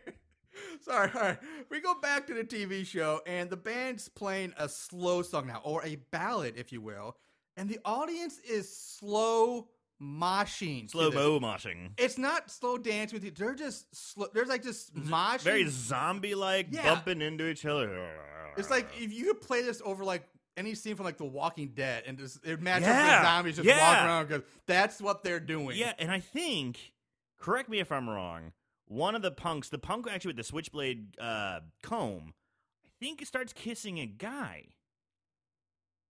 Speaker 1: Sorry. All right. We go back to the TV show, and the band's playing a slow song now, or a ballad, if you will. And the audience is slow moshing. to
Speaker 3: Slow
Speaker 1: this.
Speaker 3: mo moshing.
Speaker 1: It's not slow dance with you. They're just slow. There's like just moshing.
Speaker 3: Very zombie like,
Speaker 1: Yeah.
Speaker 3: bumping into each other.
Speaker 1: It's like if you could play this over like any scene from like The Walking Dead, and just it matches up
Speaker 3: Yeah.
Speaker 1: with zombies just
Speaker 3: Yeah.
Speaker 1: walking around because that's what they're doing.
Speaker 3: Yeah, and I think, correct me if I'm wrong, one of the punks, the punk actually with the switchblade uh, comb, I think starts kissing a guy.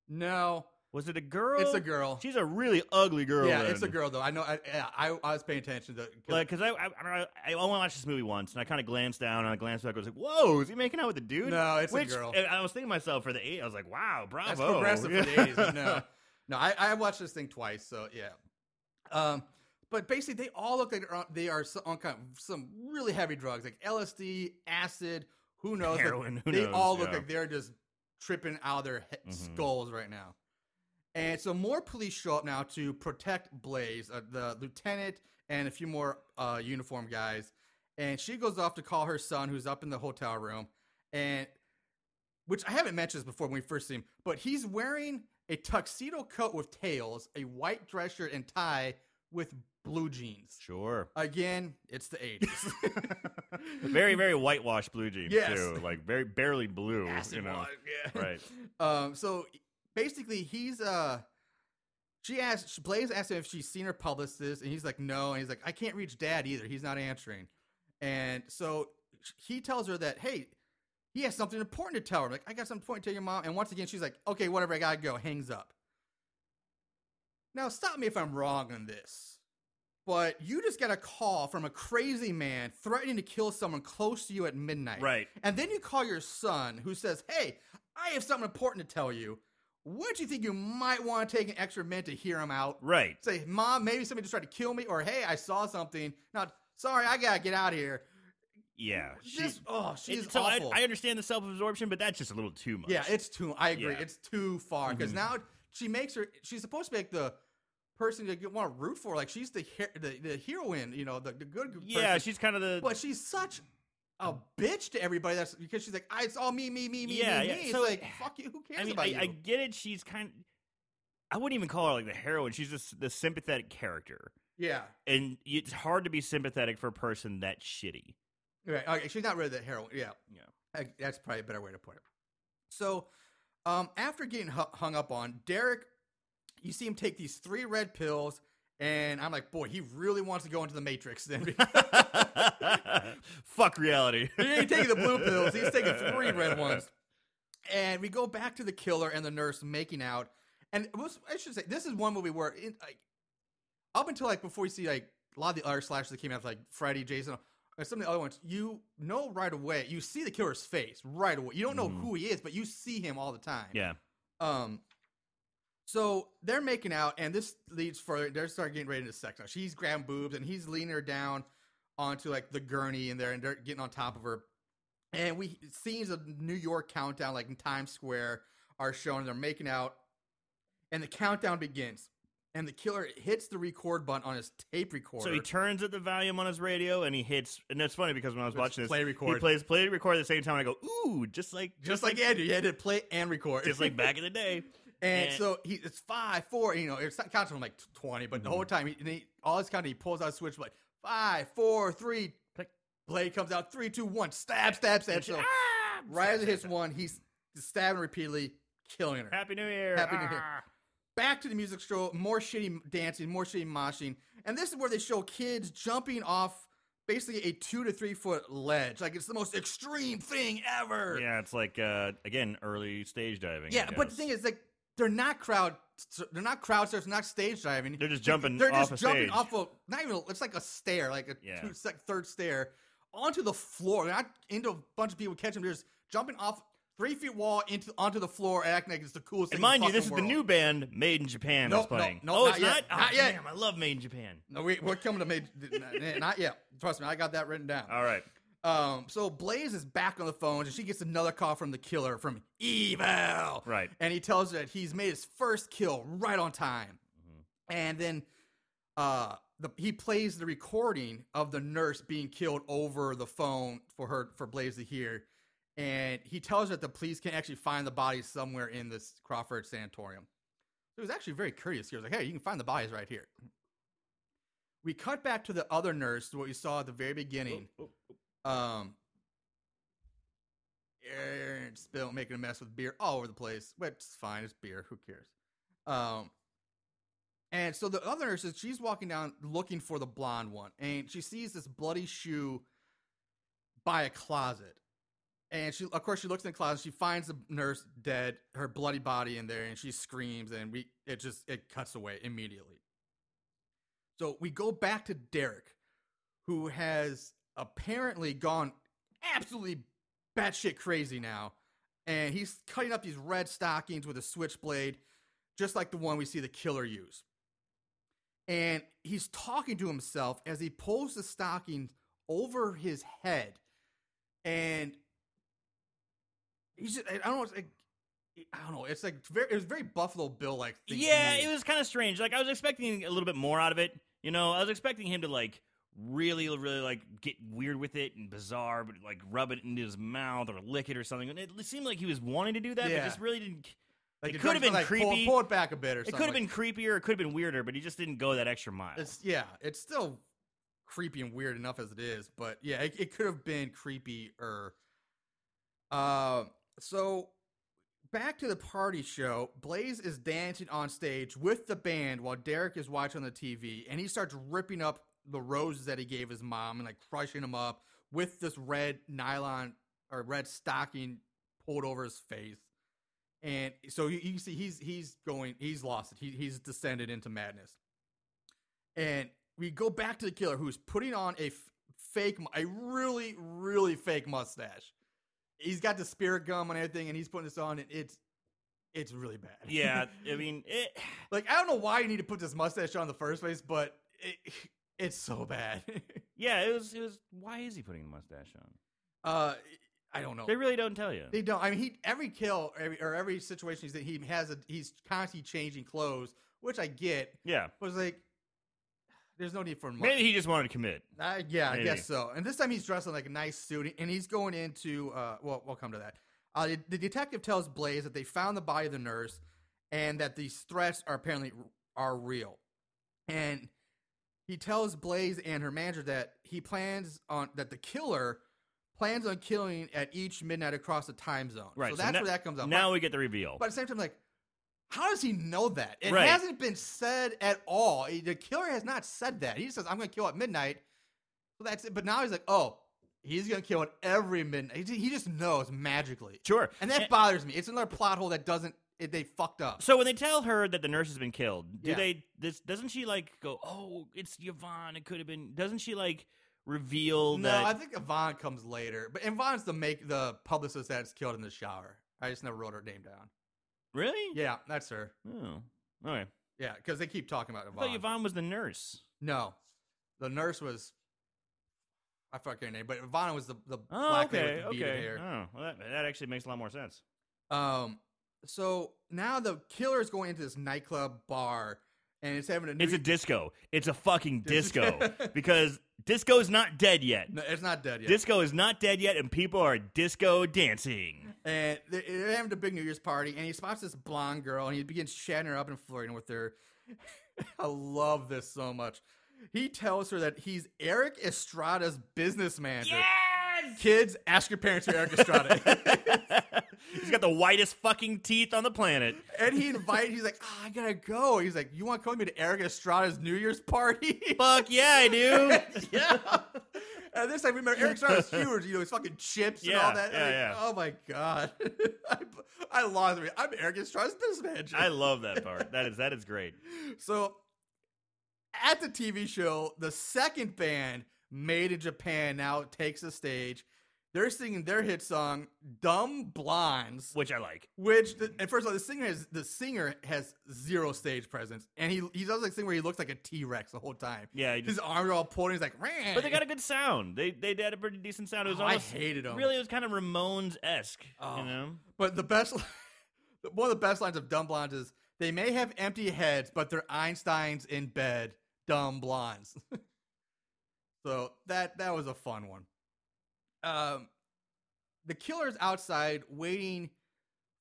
Speaker 1: No,
Speaker 3: Was it a girl?
Speaker 1: it's a girl.
Speaker 3: She's a really ugly girl.
Speaker 1: yeah, it's a
Speaker 3: then.
Speaker 1: girl though. I know. I yeah, I, I was paying attention to. 'cause-
Speaker 3: Like, cause I, I, I, don't know, I only watched this movie once, and I kind of glanced down, and I glanced back, I was like, "Whoa, is he making out with the dude?"
Speaker 1: No, it's a
Speaker 3: Which,
Speaker 1: girl.
Speaker 3: and I was thinking to myself for the eight, I was like, "Wow, bravo,
Speaker 1: That's progressive for the
Speaker 3: Yeah.
Speaker 1: eighties. No, no, I, I watched this thing twice, so yeah. Um, but basically, they all look like they're on, they are so- on kind of some really heavy drugs, like LSD, acid. Who knows? like,
Speaker 3: Heroin, who
Speaker 1: they
Speaker 3: knows?
Speaker 1: all look
Speaker 3: Yeah.
Speaker 1: like they're just tripping out of their he-
Speaker 3: Mhm.
Speaker 1: skulls right now. And so more police show up now to protect Blaze, uh, the lieutenant, and a few more uh, uniform guys. And she goes off to call her son, who's up in the hotel room, and which I haven't mentioned this before when we first see him, but he's wearing a tuxedo coat with tails, a white dress shirt and tie with blue jeans.
Speaker 3: sure,
Speaker 1: Again, it's the 80s.
Speaker 3: very, very whitewashed blue jeans
Speaker 1: Yes.
Speaker 3: too, like very barely blue,
Speaker 1: Acid
Speaker 3: you know,
Speaker 1: wash, yeah.
Speaker 3: right?
Speaker 1: Um, so basically, he's uh, she asked Blaze asked him if she's seen her publicist, and he's like, no, and he's like, I can't reach Dad either. He's not answering, and so he tells her that hey, he has something important to tell her. Like, I got something important to tell your mom, and once again, she's like, okay, whatever, I gotta go. Hangs up. Now, stop me if I'm wrong on this. But you just got a call from a crazy man threatening to kill someone close to you at midnight.
Speaker 3: Right.
Speaker 1: And then you call your son who says, Hey, I have something important to tell you. What do you think you might want to take an extra minute to hear him out?
Speaker 3: Right.
Speaker 1: Say, Mom, maybe somebody just tried to kill me, or Hey, I saw something. Not, sorry, I got to get out of here.
Speaker 3: Yeah.
Speaker 1: This, oh,
Speaker 3: it-
Speaker 1: she's
Speaker 3: so I-
Speaker 1: awful.
Speaker 3: I, understand the self absorption, but that's just a little too much.
Speaker 1: yeah, it's too, I agree.
Speaker 3: Yeah.
Speaker 1: It's too far because
Speaker 3: Mhm.
Speaker 1: now she makes her, she's supposed to be like the person that you want to root for. Like she's the, he- the, the heroine, you know, the, the good
Speaker 3: yeah.
Speaker 1: person.
Speaker 3: She's kind of the
Speaker 1: But she's such a bitch to everybody. That's because she's like, "Ah, it's all me, me, me, me,
Speaker 3: Yeah,
Speaker 1: me,
Speaker 3: yeah.
Speaker 1: me. It's
Speaker 3: So-
Speaker 1: like, fuck you. Who cares
Speaker 3: I mean,
Speaker 1: about
Speaker 3: I,
Speaker 1: you?
Speaker 3: I get it. She's kind. I wouldn't even call her like the heroine. She's just the sympathetic character,
Speaker 1: yeah.
Speaker 3: and it's hard to be sympathetic for a person that shitty.
Speaker 1: Right. Okay. She's not really the heroine. Yeah.
Speaker 3: Yeah.
Speaker 1: I, that's probably a better way to put it. So, um, after getting hu- hung up on, Derek, you see him take these three red pills, and I'm like, boy, he really wants to go into the Matrix then.
Speaker 3: Fuck reality.
Speaker 1: he ain't taking the blue pills. He's taking three red ones. And we go back to the killer and the nurse making out. And it was, I should say, this is one movie where, it, like, up until like before you see like a lot of the other slashers that came out, like Freddy, Jason, or some of the other ones, you know right away. You see the killer's face right away. You don't know
Speaker 3: Mhm.
Speaker 1: who he is, but you see him all the time.
Speaker 3: Yeah.
Speaker 1: Um. So they're making out, and this leads further. They start getting ready into sex now. She's grabbing boobs, and he's leaning her down onto like the gurney in there, and they're getting on top of her. And we scenes of New York countdown, like in Times Square, are shown. They're making out, and the countdown begins. And the killer hits the record button on his tape recorder.
Speaker 3: So he turns up the volume on his radio and he hits. And that's funny because when I was
Speaker 1: It's
Speaker 3: watching this,
Speaker 1: play record.
Speaker 3: he plays play record at the same time. And I go, ooh, just like
Speaker 1: just like Andrew, you had to play and record,
Speaker 3: just like back in the day.
Speaker 1: And
Speaker 3: Eh.
Speaker 1: so he, it's five, four. You know, it's not counting from like t- twenty, but the whole time he, and he all his counting, he pulls out a switch, like five, four, three.
Speaker 3: Click.
Speaker 1: Blade comes out, three, two, one. Stab, stab, stab.
Speaker 3: And she-
Speaker 1: So
Speaker 3: ah!
Speaker 1: right as it
Speaker 3: Stab,
Speaker 1: hits
Speaker 3: stab,
Speaker 1: one, he's stabbing repeatedly, killing her.
Speaker 3: stab. Happy New Year.
Speaker 1: Happy New Year.
Speaker 3: Ah!
Speaker 1: Back to the music show, more shitty dancing, more shitty moshing, and this is where they show kids jumping off basically a two to three foot ledge. Like it's the most extreme thing ever.
Speaker 3: Yeah, it's like uh, again early stage diving. I
Speaker 1: Er. Yeah, but the
Speaker 3: guess.
Speaker 1: thing is, like, They're not crowd. They're not crowd surfing. They're not stage diving.
Speaker 3: They're just jumping
Speaker 1: They're
Speaker 3: off
Speaker 1: just
Speaker 3: a
Speaker 1: jumping
Speaker 3: stage.
Speaker 1: off a not even. It's like a stair, like a
Speaker 3: Yeah.
Speaker 1: two sec, third stair, onto the floor. They're not into a bunch of people catching. them. They're just jumping off three feet wall into onto the floor, and acting like it's the coolest.
Speaker 3: and
Speaker 1: thing in
Speaker 3: mind you, this is
Speaker 1: fucking
Speaker 3: the new
Speaker 1: world.
Speaker 3: band Made in Japan that's
Speaker 1: Nope, nope,
Speaker 3: playing.
Speaker 1: nope,
Speaker 3: oh,
Speaker 1: not
Speaker 3: it's
Speaker 1: yet,
Speaker 3: not.
Speaker 1: not
Speaker 3: oh,
Speaker 1: yet.
Speaker 3: Damn, I love Made in Japan.
Speaker 1: No, we, we're coming to major. not, not yet. Trust me, I got that written down.
Speaker 3: All right.
Speaker 1: Um, so Blaze is back on the phones, and she gets another call from the killer from Evil.
Speaker 3: Right.
Speaker 1: And he tells her that he's made his first kill right on time.
Speaker 3: Mm-hmm.
Speaker 1: And then uh, the, he plays the recording of the nurse being killed over the phone for her for Blaze to hear. And he tells her that the police can actually find the bodies somewhere in this Crawford sanatorium. It was actually very curious. He was like, "Hey, you can find the bodies right here." We cut back to the other nurse, what you saw at the very beginning. Um, er, spill making a mess with beer all over the place. But it's fine. It's beer. Who cares? Um, and so the other nurse is she's walking down looking for the blonde one, and she sees this bloody shoe by a closet. And she, of course, she looks in the closet. She finds the nurse dead, her bloody body in there, and she screams. And we, it just, it cuts away immediately. So we go back to Derek, who has apparently gone absolutely batshit crazy now. And he's cutting up these red stockings with a switchblade, just like the one we see the killer use. And he's talking to himself as he pulls the stockings over his head. And he's just, I don't know, it's like, I don't know, it's like, very, it was very Buffalo Bill like.
Speaker 3: Yeah, it was kind of strange. Like I was expecting a little bit more out of it. You know, I was expecting him to like really, really like get weird with it and bizarre, but like rub it into his mouth or lick it or something. And it seemed like he was wanting to do that, but
Speaker 1: Yeah.
Speaker 3: just really didn't.
Speaker 1: Like
Speaker 3: It
Speaker 1: the
Speaker 3: could have
Speaker 1: director,
Speaker 3: been creepy.
Speaker 1: Pull, pull it back a bit, or
Speaker 3: It
Speaker 1: something.
Speaker 3: could have
Speaker 1: like-
Speaker 3: been creepier. It could have been weirder, but he just didn't go that extra mile.
Speaker 1: It's yeah. It's still creepy and weird enough as it is, but yeah, it, it could have been creepier. Uh, so back to the party show. Blaze is dancing on stage with the band while Derek is watching on the TV, and he starts ripping up the roses that he gave his mom and like crushing them up with this red nylon or red stocking pulled over his face. And so you, you see, he's he's going, he's lost it. He, he's descended into madness. And we go back to the killer who's putting on a f- fake, mu- a really, really fake mustache. He's got the spirit gum and everything, and he's putting this on, and it's it's really bad.
Speaker 3: yeah, I mean, it,
Speaker 1: like I don't know why you need to put this mustache on in the first place, but it, it's so bad.
Speaker 3: yeah, it was. It was. Why is he putting the mustache on?
Speaker 1: uh, I don't know.
Speaker 3: They really don't tell you.
Speaker 1: They don't. I mean, he every kill every, or every situation he's in, he has a he's constantly changing clothes, which I get.
Speaker 3: yeah,
Speaker 1: But it's like, there's no need for much.
Speaker 3: maybe he just wanted to commit.
Speaker 1: Uh, yeah,
Speaker 3: Maybe.
Speaker 1: I guess so. And this time he's dressed in like a nice suit, and he's going into. Uh, well, we'll come to that. Uh, the, the detective tells Blaze that they found the body of the nurse, and that these threats are apparently are real. And he tells Blaze and her manager that he plans on that the killer plans on killing at each midnight across the time zone.
Speaker 3: Right,
Speaker 1: So
Speaker 3: so
Speaker 1: that's
Speaker 3: now-
Speaker 1: where that comes up.
Speaker 3: Now we get the reveal.
Speaker 1: But at the same time, like, how does he know that? It
Speaker 3: Right.
Speaker 1: hasn't been said at all. He- The killer has not said that. He just says, "I'm going to kill at midnight." Well, that's it. But now he's like, "Oh, he's going to kill at every midnight." He he just knows magically,
Speaker 3: sure,
Speaker 1: and that bothers me. It's another plot hole that doesn't. It, they fucked up.
Speaker 3: So when they tell her that the nurse has been killed, do
Speaker 1: Yeah.
Speaker 3: they this doesn't she like go, "Oh, it's Yvonne, it could have been." Doesn't she like reveal
Speaker 1: No,
Speaker 3: that
Speaker 1: I think Yvonne comes later, but Yvonne's the make the publicist that's killed in the shower. I just never wrote her name down.
Speaker 3: Really?
Speaker 1: Yeah, that's her.
Speaker 3: Oh. All right.
Speaker 1: Yeah, because they keep talking about
Speaker 3: I thought Yvonne was the nurse.
Speaker 1: No, the nurse was. I forget her name, but Ivana was the the
Speaker 3: Oh,
Speaker 1: black lady
Speaker 3: okay.
Speaker 1: with the beaded
Speaker 3: Okay.
Speaker 1: hair.
Speaker 3: Oh, well, that, that actually makes a lot more sense.
Speaker 1: Um, so now the killer is going into this nightclub bar, and it's having a. New
Speaker 3: It's a disco. It's a fucking
Speaker 1: Dis-
Speaker 3: disco because disco's not dead yet.
Speaker 1: No, it's not dead yet,
Speaker 3: Disco is not dead yet and people are disco dancing.
Speaker 1: and they- they're having a big New Year's party. And he spots this blonde girl, and he begins chatting her up and flirting with her. I love this so much. He tells her that he's Eric Estrada's business manager.
Speaker 3: Yes!
Speaker 1: Kids, ask your parents who Eric Estrada.
Speaker 3: He's got the whitest fucking teeth on the planet.
Speaker 1: And he invited. He's like, "Ah, I gotta go. He's like, you want to come with me to Eric Estrada's New Year's party?
Speaker 3: Fuck yeah, I do.
Speaker 1: yeah. And this time, remember, Eric Star was huge. You know, his fucking chips and
Speaker 3: Yeah,
Speaker 1: all that.
Speaker 3: yeah,
Speaker 1: Like,
Speaker 3: yeah.
Speaker 1: Oh my god, I, I lost it. I'm Eric Star's mismatch.
Speaker 3: I love that part. That is that is great.
Speaker 1: So at the TV show, the second band made in Japan now takes the stage. They're singing their hit song "Dumb Blondes,"
Speaker 3: Which I like.
Speaker 1: which the, and first of all, the singer has the singer has zero stage presence, and he he does like thing where he looks like a T Rex the whole time.
Speaker 3: Yeah, he just-
Speaker 1: His arms are all pulled. And he's like, "Rah."
Speaker 3: But they got a good sound. They they had a pretty decent sound. It was
Speaker 1: Oh, I
Speaker 3: almost
Speaker 1: hated him.
Speaker 3: really it was kind of Ramones esque.
Speaker 1: Oh.
Speaker 3: You know?
Speaker 1: But the best, one of the best lines of dumb blondes is they may have empty heads, but they're Einsteins in bed, dumb blondes. so that that was a fun one. Um, the killer's outside waiting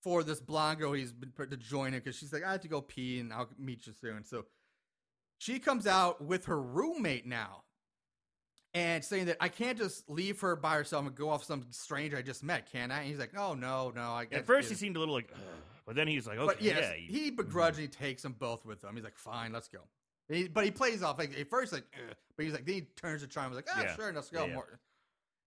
Speaker 1: for this blonde girl he's been to join him because she's like, I have to go pee and I'll meet you soon. So she comes out with her roommate now and saying that I can't just leave her by herself and go off some stranger I just met, can I? And he's like, Oh no, no. I
Speaker 3: At first
Speaker 1: he's.
Speaker 3: he seemed a little like "Ugh," but then he's like, Okay,
Speaker 1: But yes,
Speaker 3: yeah. mm-hmm.
Speaker 1: he, begrudgingly takes them both with him. He's like, "Fine, let's go." And he- but he plays off like at first, like, "Ugh," but he's like, then he turns to Charm, like, "Ah,
Speaker 3: Yeah.
Speaker 1: sure, let's go."
Speaker 3: Yeah, yeah.
Speaker 1: More.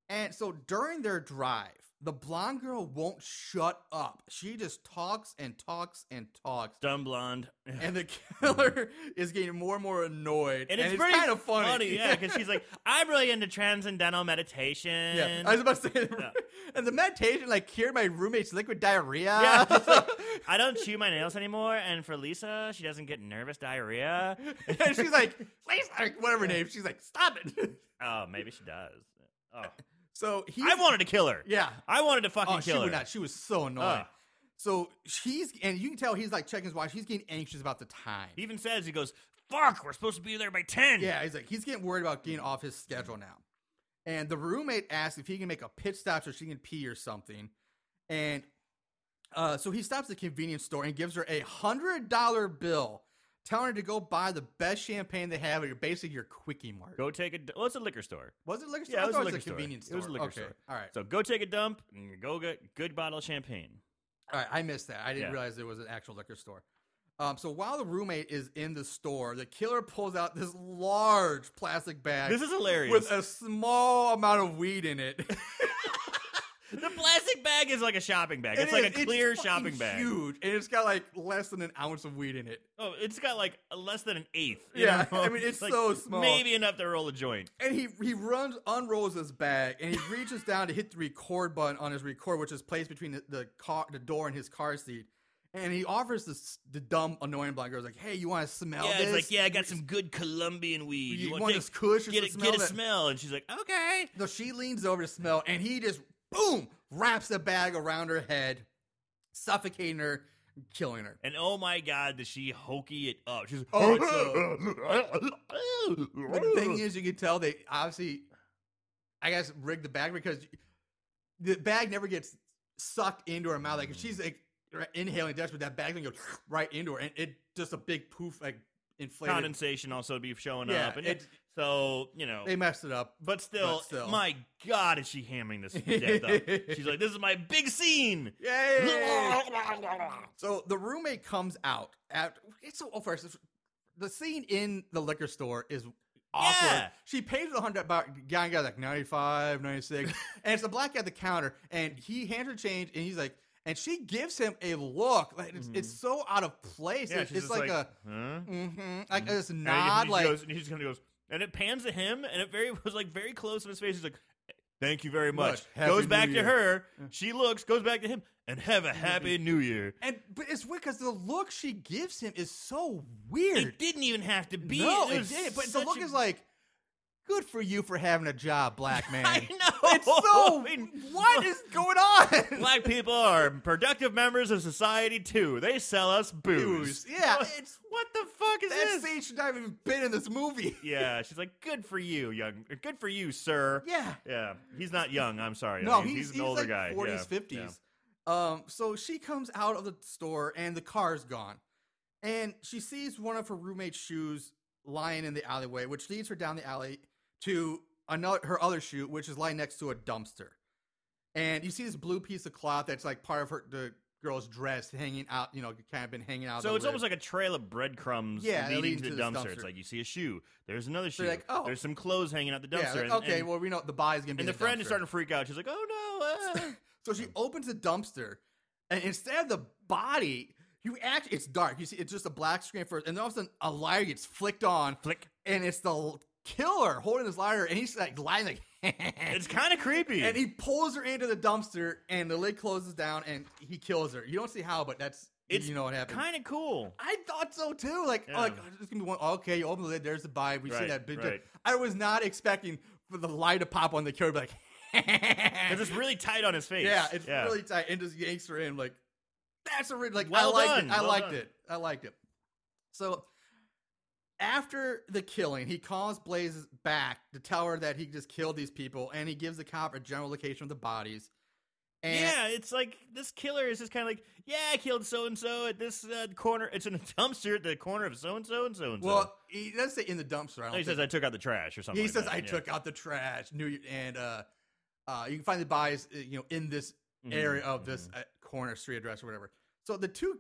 Speaker 1: And so during their drive, the blonde girl won't shut up. She just talks and talks and talks,
Speaker 3: dumb blonde.
Speaker 1: and
Speaker 3: And,
Speaker 1: the killer is getting more and more annoyed. And, it's,
Speaker 3: pretty
Speaker 1: kind of funny,
Speaker 3: yeah, because she's like, I'm really into transcendental meditation.
Speaker 1: Yeah, I was about to say,
Speaker 3: Yeah.
Speaker 1: and the meditation like cured my roommate's liquid diarrhea.
Speaker 3: Yeah, just like, I don't chew my nails anymore, and for Lisa, she doesn't get nervous diarrhea.
Speaker 1: and she's like, please, like, whatever her name. She's like, stop it.
Speaker 3: Oh, maybe she does. Oh,
Speaker 1: So he,
Speaker 3: I wanted to kill her.
Speaker 1: Yeah.
Speaker 3: I wanted to fucking
Speaker 1: Oh, she
Speaker 3: kill her. Uh.
Speaker 1: would not. She was so annoying.
Speaker 3: Ugh.
Speaker 1: So she's, and you can tell he's like checking his watch. He's getting anxious about the time.
Speaker 3: He even says he goes, "Fuck, we're supposed to be there by 10.
Speaker 1: Yeah, he's like, he's getting worried about getting off his schedule now. And the roommate asks if he can make a pit stop so she can pee or something. And uh, so he stops at the convenience store and gives her a hundred dollar bill, telling her to go buy the best champagne they have at your basically your quickie mart.
Speaker 3: Go take a. d- Well, it's a liquor store.
Speaker 1: was it liquor store?
Speaker 3: Yeah,
Speaker 1: I
Speaker 3: it was a
Speaker 1: thought
Speaker 3: liquor
Speaker 1: it was a
Speaker 3: store.
Speaker 1: convenience
Speaker 3: It was a liquor
Speaker 1: okay.
Speaker 3: store.
Speaker 1: All right.
Speaker 3: So go take a dump and go get good bottle of champagne.
Speaker 1: All right, I missed that. I didn't
Speaker 3: Yeah.
Speaker 1: realize it was an actual liquor store. Um, so while the roommate is in the store, the killer pulls out this large plastic bag
Speaker 3: This is hilarious.
Speaker 1: with a small amount of weed in it.
Speaker 3: the plastic bag is like a shopping bag. It's
Speaker 1: It
Speaker 3: like
Speaker 1: is-
Speaker 3: a clear
Speaker 1: fucking
Speaker 3: shopping bag.
Speaker 1: huge, and it's got like less than an ounce of weed in it.
Speaker 3: Oh, it's got like a- less than an eighth. you
Speaker 1: Yeah,
Speaker 3: know?
Speaker 1: I mean, it's
Speaker 3: like
Speaker 1: so small.
Speaker 3: Maybe enough to roll a joint.
Speaker 1: And he he runs, unrolls his bag, and he reaches down to hit the record button on his record, which is placed between the, the car, the door, and his car seat. And he offers this the dumb, annoying blonde girl, like, "Hey, you want to smell
Speaker 3: yeah,
Speaker 1: this?"
Speaker 3: it's like yeah, I got some good Colombian weed.
Speaker 1: You
Speaker 3: wanna
Speaker 1: want
Speaker 3: take-
Speaker 1: this Kush or
Speaker 3: Get,
Speaker 1: some
Speaker 3: it-
Speaker 1: smell
Speaker 3: get a
Speaker 1: that-
Speaker 3: smell, and she's like, okay.
Speaker 1: So she leans over to smell, and he just boom wraps the bag around her head, suffocating her, killing her.
Speaker 3: And oh my god, does she hokey it up? She's like,
Speaker 1: Oh, The thing
Speaker 3: oh,
Speaker 1: is, you can tell they obviously, I guess, rigged the bag because the bag never gets sucked into her mouth. Like if she's like inhaling desperate, that bag's gonna go right into her, and it just a big poof like inflated.
Speaker 3: condensation also be showing
Speaker 1: Yeah,
Speaker 3: up, and
Speaker 1: it's-
Speaker 3: so you know.
Speaker 1: They messed it up.
Speaker 3: but still,
Speaker 1: but still.
Speaker 3: my God, is she hamming this death up? She's like, "This is my big scene."
Speaker 1: Yay! So the roommate comes out at it's so oh, first it's- the scene in the liquor store is awful.
Speaker 3: Yeah.
Speaker 1: She pays the hundred bucks guy guy like 95, 96. and it's the black guy at the counter and he hands her change and he's like and she gives him a look like it's, it's so out of place.
Speaker 3: Mm-hmm. Yeah,
Speaker 1: It-
Speaker 3: she's
Speaker 1: it's
Speaker 3: just
Speaker 1: like, a
Speaker 3: huh?
Speaker 1: mhm, like this
Speaker 3: And he-
Speaker 1: nod
Speaker 3: he
Speaker 1: like
Speaker 3: goes, and he just kind of goes, and it pans to him, and it very was like very close in his face. He's like, "Thank you very much."
Speaker 1: Much. Happy
Speaker 3: goes
Speaker 1: New
Speaker 3: back to
Speaker 1: Year.
Speaker 3: her. She looks, goes back to him, and have a happy New Year.
Speaker 1: and but it's weird because the look she gives him is so weird.
Speaker 3: It didn't even have to be.
Speaker 1: no,
Speaker 3: it
Speaker 1: it
Speaker 3: was
Speaker 1: did. But the
Speaker 3: such
Speaker 1: look
Speaker 3: a-
Speaker 1: is like, good for you for having a job, black man.
Speaker 3: I know.
Speaker 1: It's so.
Speaker 3: I mean,
Speaker 1: what is going on?
Speaker 3: Black people are productive members of society too. They sell us booze.
Speaker 1: Booze. Yeah,
Speaker 3: What-
Speaker 1: it's-
Speaker 3: what the fuck is
Speaker 1: that
Speaker 3: this?
Speaker 1: scene should not have even been in this movie.
Speaker 3: Yeah, she's like, "Good for you, young. or, Good for you, sir."
Speaker 1: Yeah.
Speaker 3: yeah. He's not young. I'm sorry. I
Speaker 1: No,
Speaker 3: mean,
Speaker 1: he's,
Speaker 3: he's, an
Speaker 1: he's
Speaker 3: older
Speaker 1: like
Speaker 3: guy.
Speaker 1: 40s,
Speaker 3: yeah.
Speaker 1: 50s. Um, so she comes out of the store and the car's gone. And she sees one of her roommate's shoes lying in the alleyway, which leads her down the alley to another her other shoe, which is lying next to a dumpster. And you see this blue piece of cloth that's like part of her the girl's dress hanging out, you know, kind of been hanging out.
Speaker 3: So
Speaker 1: the
Speaker 3: it's almost
Speaker 1: lip.
Speaker 3: like a trail of breadcrumbs
Speaker 1: Yeah,
Speaker 3: leading
Speaker 1: leading
Speaker 3: to the
Speaker 1: to this
Speaker 3: dumpster.
Speaker 1: dumpster.
Speaker 3: It's like you see a shoe. There's another shoe.
Speaker 1: you're like, oh.
Speaker 3: There's some clothes hanging out the dumpster.
Speaker 1: yeah, like,
Speaker 3: and-
Speaker 1: okay,
Speaker 3: and,
Speaker 1: well, we know the body's gonna be
Speaker 3: and
Speaker 1: in
Speaker 3: the friend
Speaker 1: dumpster.
Speaker 3: is starting to freak out. She's like, oh no. uh."
Speaker 1: So she opens the dumpster, and instead of the body, you act. It's dark. You see, it's just a black screen first, and then all of a sudden, a lighter gets flicked on,
Speaker 3: Flick.
Speaker 1: and it's the killer holding his lighter, and he's like lying like.
Speaker 3: It's kind of creepy.
Speaker 1: and he pulls her into the dumpster, and the lid closes down, and he kills her. You don't see how, but that's
Speaker 3: It's
Speaker 1: you know what happened.
Speaker 3: kind of cool.
Speaker 1: I thought so too. Like,
Speaker 3: Yeah.
Speaker 1: like it's gonna be one. Okay, you open the lid. There's the body. We see
Speaker 3: Right,
Speaker 1: that big.
Speaker 3: right.
Speaker 1: I was not expecting for the light to pop on the killer. Like,
Speaker 3: Because it's really tight on his face.
Speaker 1: yeah, it's really tight. And just yanks her in. Like, that's a really like.
Speaker 3: Well
Speaker 1: I liked
Speaker 3: done,
Speaker 1: it. I
Speaker 3: well
Speaker 1: liked
Speaker 3: done.
Speaker 1: it. I liked it. So after the killing, he calls Blaze back to tell her that he just killed these people, and he gives the cop a general location of the bodies. And
Speaker 3: yeah, it's like this killer is just kind of like, yeah, I killed so and so at this uh, corner. It's in the dumpster at the corner of so and so and so and so.
Speaker 1: Well, he does say in the dumpster. I don't
Speaker 3: he
Speaker 1: think
Speaker 3: says I took out the trash or something.
Speaker 1: he
Speaker 3: like
Speaker 1: says
Speaker 3: that,
Speaker 1: I
Speaker 3: yeah.
Speaker 1: took out the trash. New and uh, uh, you can find the buys, uh, you know, in this
Speaker 3: Mhm,
Speaker 1: area of this
Speaker 3: mhm.
Speaker 1: uh, corner street address or whatever. So the two,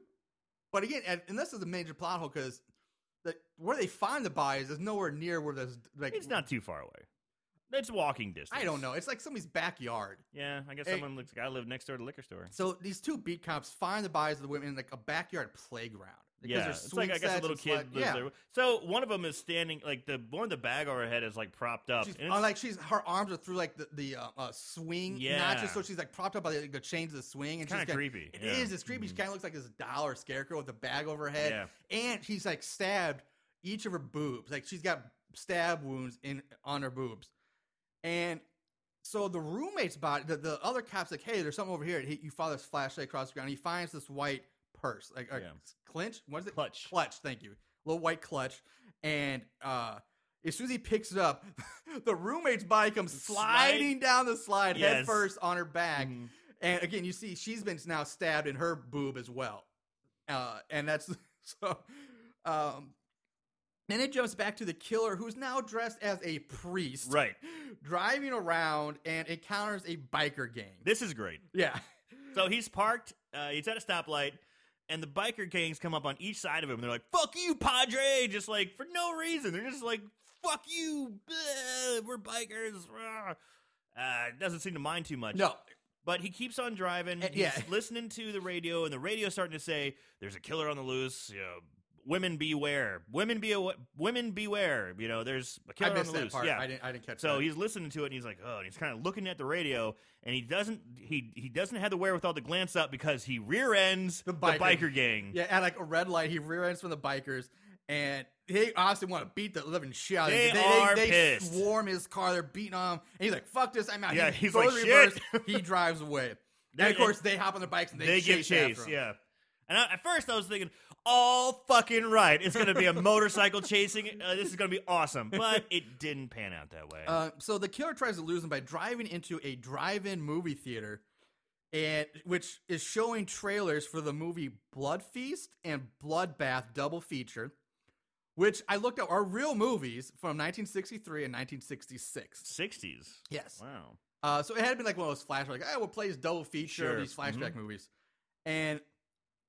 Speaker 1: but again, and, and this is a major plot hole because the where they find the buys is nowhere near where there's like
Speaker 3: It's not too far away. It's walking distance.
Speaker 1: I don't know. It's like somebody's backyard.
Speaker 3: Yeah, I guess
Speaker 1: Hey.
Speaker 3: someone looks. I live next door to the liquor store.
Speaker 1: So these two beat cops find the buys of the women in like a backyard playground. Because
Speaker 3: Yeah,
Speaker 1: there's
Speaker 3: it's like
Speaker 1: swing
Speaker 3: I guess a
Speaker 1: sets
Speaker 3: little
Speaker 1: and
Speaker 3: kid
Speaker 1: slide-
Speaker 3: lives there. So one of them is standing like the one with the bag over her head is like propped up.
Speaker 1: She's
Speaker 3: and
Speaker 1: uh,
Speaker 3: it's-
Speaker 1: like she's her arms are through like the, the uh, uh, swing
Speaker 3: Yeah.
Speaker 1: notches, so she's like propped up by the, the chains of the swing. And
Speaker 3: Kinda
Speaker 1: she's got-
Speaker 3: creepy,
Speaker 1: It is.
Speaker 3: yeah.
Speaker 1: It's creepy. She
Speaker 3: Mhm.
Speaker 1: kind of looks like this doll or scarecrow with a bag over her head,
Speaker 3: Mm-hmm.
Speaker 1: and she's like stabbed each of her boobs. Like she's got stab wounds in on her boobs, and so the roommate's body. The, the other cop's like, "Hey, there's something over here." And he, you follow this flashlight across the ground. And he finds this white purse, like or
Speaker 3: Yeah.
Speaker 1: clinch. What is it?
Speaker 3: clutch.
Speaker 1: clutch. Thank you, little white clutch. And uh, as soon as he picks it up, the roommate's body comes
Speaker 3: Slide-
Speaker 1: sliding down the slide head
Speaker 3: Yes.
Speaker 1: first on her back.
Speaker 3: Mhm.
Speaker 1: And again, you see she's been now stabbed in her boob as well. Uh, and that's so. Um, then it jumps back to the killer, who's now dressed as a priest,
Speaker 3: Right.
Speaker 1: driving around and encounters a biker gang.
Speaker 3: This is great.
Speaker 1: yeah,
Speaker 3: So he's parked. Uh, he's at a stoplight, and the biker gangs come up on each side of him. And they're like, "Fuck you, Padre!" Just like for no reason. They're just like, "Fuck you! bleh, we're bikers." rah." Uh, doesn't seem to mind too much.
Speaker 1: no,
Speaker 3: But he keeps on driving.
Speaker 1: Uh,
Speaker 3: he's
Speaker 1: yeah.
Speaker 3: listening to the radio, and the radio's starting to say, "There's a killer on the loose." You know, women beware. Women be awa- women beware. You know, there's a
Speaker 1: I
Speaker 3: killer on
Speaker 1: missed
Speaker 3: the
Speaker 1: that
Speaker 3: loose.
Speaker 1: part.
Speaker 3: Yeah.
Speaker 1: I didn't. I didn't catch.
Speaker 3: so
Speaker 1: that.
Speaker 3: he's listening to it, and he's like, "Oh!" And he's kind of looking at the radio, and he doesn't he he doesn't have the wherewithal to glance up because he rear ends
Speaker 1: The biker-
Speaker 3: gang.
Speaker 1: Yeah, at like a red light, he rear ends from the bikers, and they honestly want to beat the living shit out of
Speaker 3: They
Speaker 1: him.
Speaker 3: are
Speaker 1: they,
Speaker 3: pissed.
Speaker 1: swarm his car. They're beating on him, and he's like, "Fuck this, I'm out."
Speaker 3: Yeah,
Speaker 1: he
Speaker 3: he's
Speaker 1: goes
Speaker 3: like,
Speaker 1: reverse,
Speaker 3: "Shit."
Speaker 1: he drives away.
Speaker 3: They-
Speaker 1: Then of course they hop on their bikes and
Speaker 3: they,
Speaker 1: they,
Speaker 3: give
Speaker 1: chase
Speaker 3: chase.
Speaker 1: After him.
Speaker 3: Yeah. And I, at first, I was thinking, all fucking right, it's going to be a motorcycle chasing. Uh, this is going to be awesome, but it didn't pan out that way.
Speaker 1: Uh, so the killer tries to lose him by driving into a drive-in movie theater, and which is showing trailers for the movie Blood Feast and Bloodbath double feature, which I looked up are real movies from 1963 and 1966.
Speaker 3: Sixties.
Speaker 1: Yes.
Speaker 3: Wow.
Speaker 1: Uh, so it had been like one of those flashbacks. Like, I will play this double feature
Speaker 3: Sure. Mm-hmm.
Speaker 1: of these flashback movies, and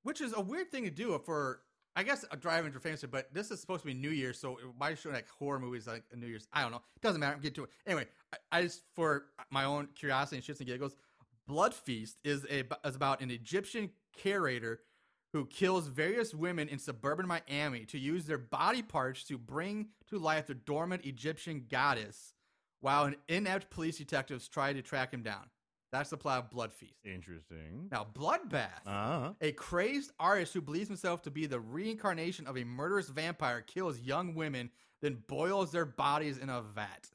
Speaker 1: which is a weird thing to do for. I guess a drive into fantasy, but this is supposed to be New Year's, so why are you showing like horror movies like New Year's? I don't know. Doesn't matter. I'm getting to it anyway. I, I just for my own curiosity and shits and giggles, Blood Feast is a is about an Egyptian curator who kills various women in suburban Miami to use their body parts to bring to life the dormant Egyptian goddess while an inept police detectives try to track him down. That's the plot of Blood Feast.
Speaker 3: Interesting.
Speaker 1: Now, Bloodbath,
Speaker 3: Uh-huh.
Speaker 1: a crazed artist who believes himself to be the reincarnation of a murderous vampire, kills young women, then boils their bodies in a vat.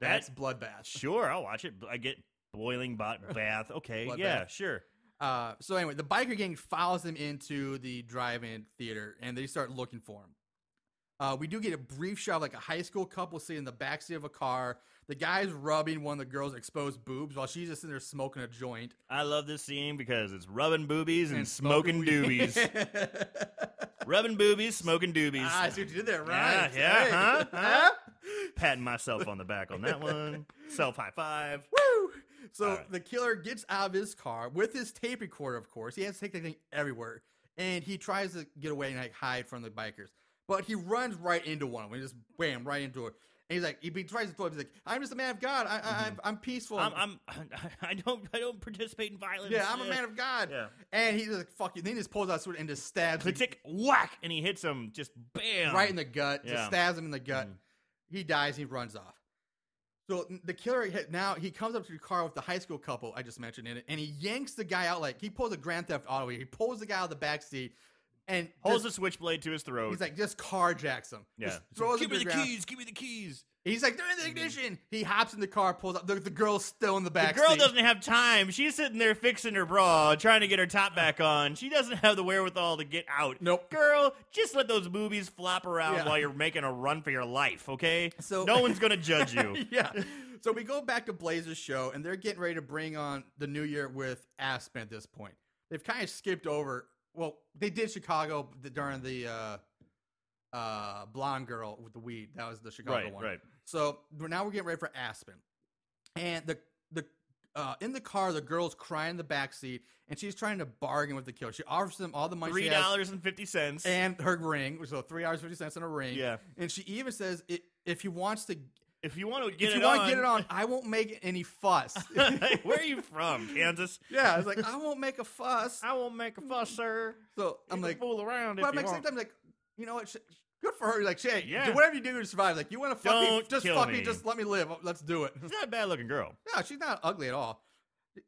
Speaker 1: That's
Speaker 3: That-
Speaker 1: Bloodbath.
Speaker 3: Sure, I'll watch it. but I get boiling bot bath. Okay,
Speaker 1: Blood
Speaker 3: yeah,
Speaker 1: bath.
Speaker 3: sure.
Speaker 1: Uh, so, anyway, the biker gang follows him into the drive in theater and they start looking for him. Uh, we do get a brief shot of like a high school couple sitting in the backseat of a car. The guy's rubbing one of the girl's exposed boobs while she's just sitting there smoking a joint.
Speaker 3: I love this scene because it's rubbing boobies and,
Speaker 1: and
Speaker 3: smoking,
Speaker 1: weed.
Speaker 3: doobies. rubbing boobies, smoking doobies.
Speaker 1: ah, I see what you did there,
Speaker 3: Yeah,
Speaker 1: right?
Speaker 3: yeah,
Speaker 1: Hey.
Speaker 3: huh, huh? Patting myself on the back on that one. Self high five.
Speaker 1: Woo! So
Speaker 3: All right.
Speaker 1: the killer gets out of his car with his tape recorder, of course. He has to take the thing everywhere. And he tries to get away and like hide from the bikers. But he runs right into one of them. He just bam, right into it. And he's like, he, he tries to throw up. He's like, I'm just a man of God. I, I, I'm, I'm peaceful.
Speaker 3: Mm-hmm. I'm, I'm I don't I don't participate in violence.
Speaker 1: yeah, I'm a man of God.
Speaker 3: Yeah.
Speaker 1: And he just like, fuck you. Then he just pulls out his sword and just stabs him
Speaker 3: Click, whack, and he hits him just bam
Speaker 1: right in the gut. Just
Speaker 3: Yeah.
Speaker 1: stabs him in the gut.
Speaker 3: Mhm.
Speaker 1: He dies. He runs off. So n- the killer hit, now he comes up to the car with the high school couple I just mentioned in it, and he yanks the guy out like he pulls a Grand Theft Auto. He pulls the guy out of the back seat and
Speaker 3: holds the
Speaker 1: just,
Speaker 3: swithlade to his throat.
Speaker 1: he's like just carjacks him.
Speaker 3: yeah,
Speaker 1: Just throws
Speaker 3: give
Speaker 1: him to
Speaker 3: me
Speaker 1: the
Speaker 3: the
Speaker 1: ground.
Speaker 3: keys, give me the keys.
Speaker 1: He's like they're in the ignition. He hops in the car, pulls up. The, the girl's still in the back.
Speaker 3: The girl
Speaker 1: seat.
Speaker 3: doesn't have time. She's sitting there fixing her bra, trying to get her top back on. She doesn't have the wherewithal to get out.
Speaker 1: Nope.
Speaker 3: Girl, just let those boobies flop around
Speaker 1: Yeah.
Speaker 3: while you're making a run for your life, okay?
Speaker 1: So-
Speaker 3: no one's gonna judge you.
Speaker 1: yeah. So we go back to Blaze's show, and they're getting ready to bring on the new year with Aspen at this point. They've kind of skipped over. Well, they did Chicago during the uh, uh, blonde girl with the weed. That was the Chicago
Speaker 3: right,
Speaker 1: one.
Speaker 3: right.
Speaker 1: So we're, now we're getting ready for Aspen, and the the uh, in the car, the girl's crying in the back seat, and she's trying to bargain with the killer. She offers him all the money.
Speaker 3: Three
Speaker 1: she has,
Speaker 3: dollars and fifty cents.
Speaker 1: and her ring, so three dollars fifty cents on a ring.
Speaker 3: Yeah.
Speaker 1: and she even says it, if he wants to
Speaker 3: If you want to get
Speaker 1: if
Speaker 3: it
Speaker 1: you
Speaker 3: on,
Speaker 1: want to get it on, I won't make any fuss.
Speaker 3: Where are you from, Kansas?
Speaker 1: yeah, I was like, I won't make a fuss.
Speaker 3: I won't make a fuss, sir.
Speaker 1: So
Speaker 3: You
Speaker 1: I'm
Speaker 3: can
Speaker 1: like,
Speaker 3: fool around
Speaker 1: but
Speaker 3: if
Speaker 1: I'm
Speaker 3: you
Speaker 1: like,
Speaker 3: want.
Speaker 1: sometimes like, you know what? Sh- good for her. Like, shit,
Speaker 3: Yeah.
Speaker 1: do whatever you do to survive. Like, you want to fuck me?
Speaker 3: Don't
Speaker 1: Just
Speaker 3: kill
Speaker 1: fuck me.
Speaker 3: me.
Speaker 1: Just let me live. Let's do it.
Speaker 3: She's not a bad-looking girl.
Speaker 1: No, she's not ugly at all.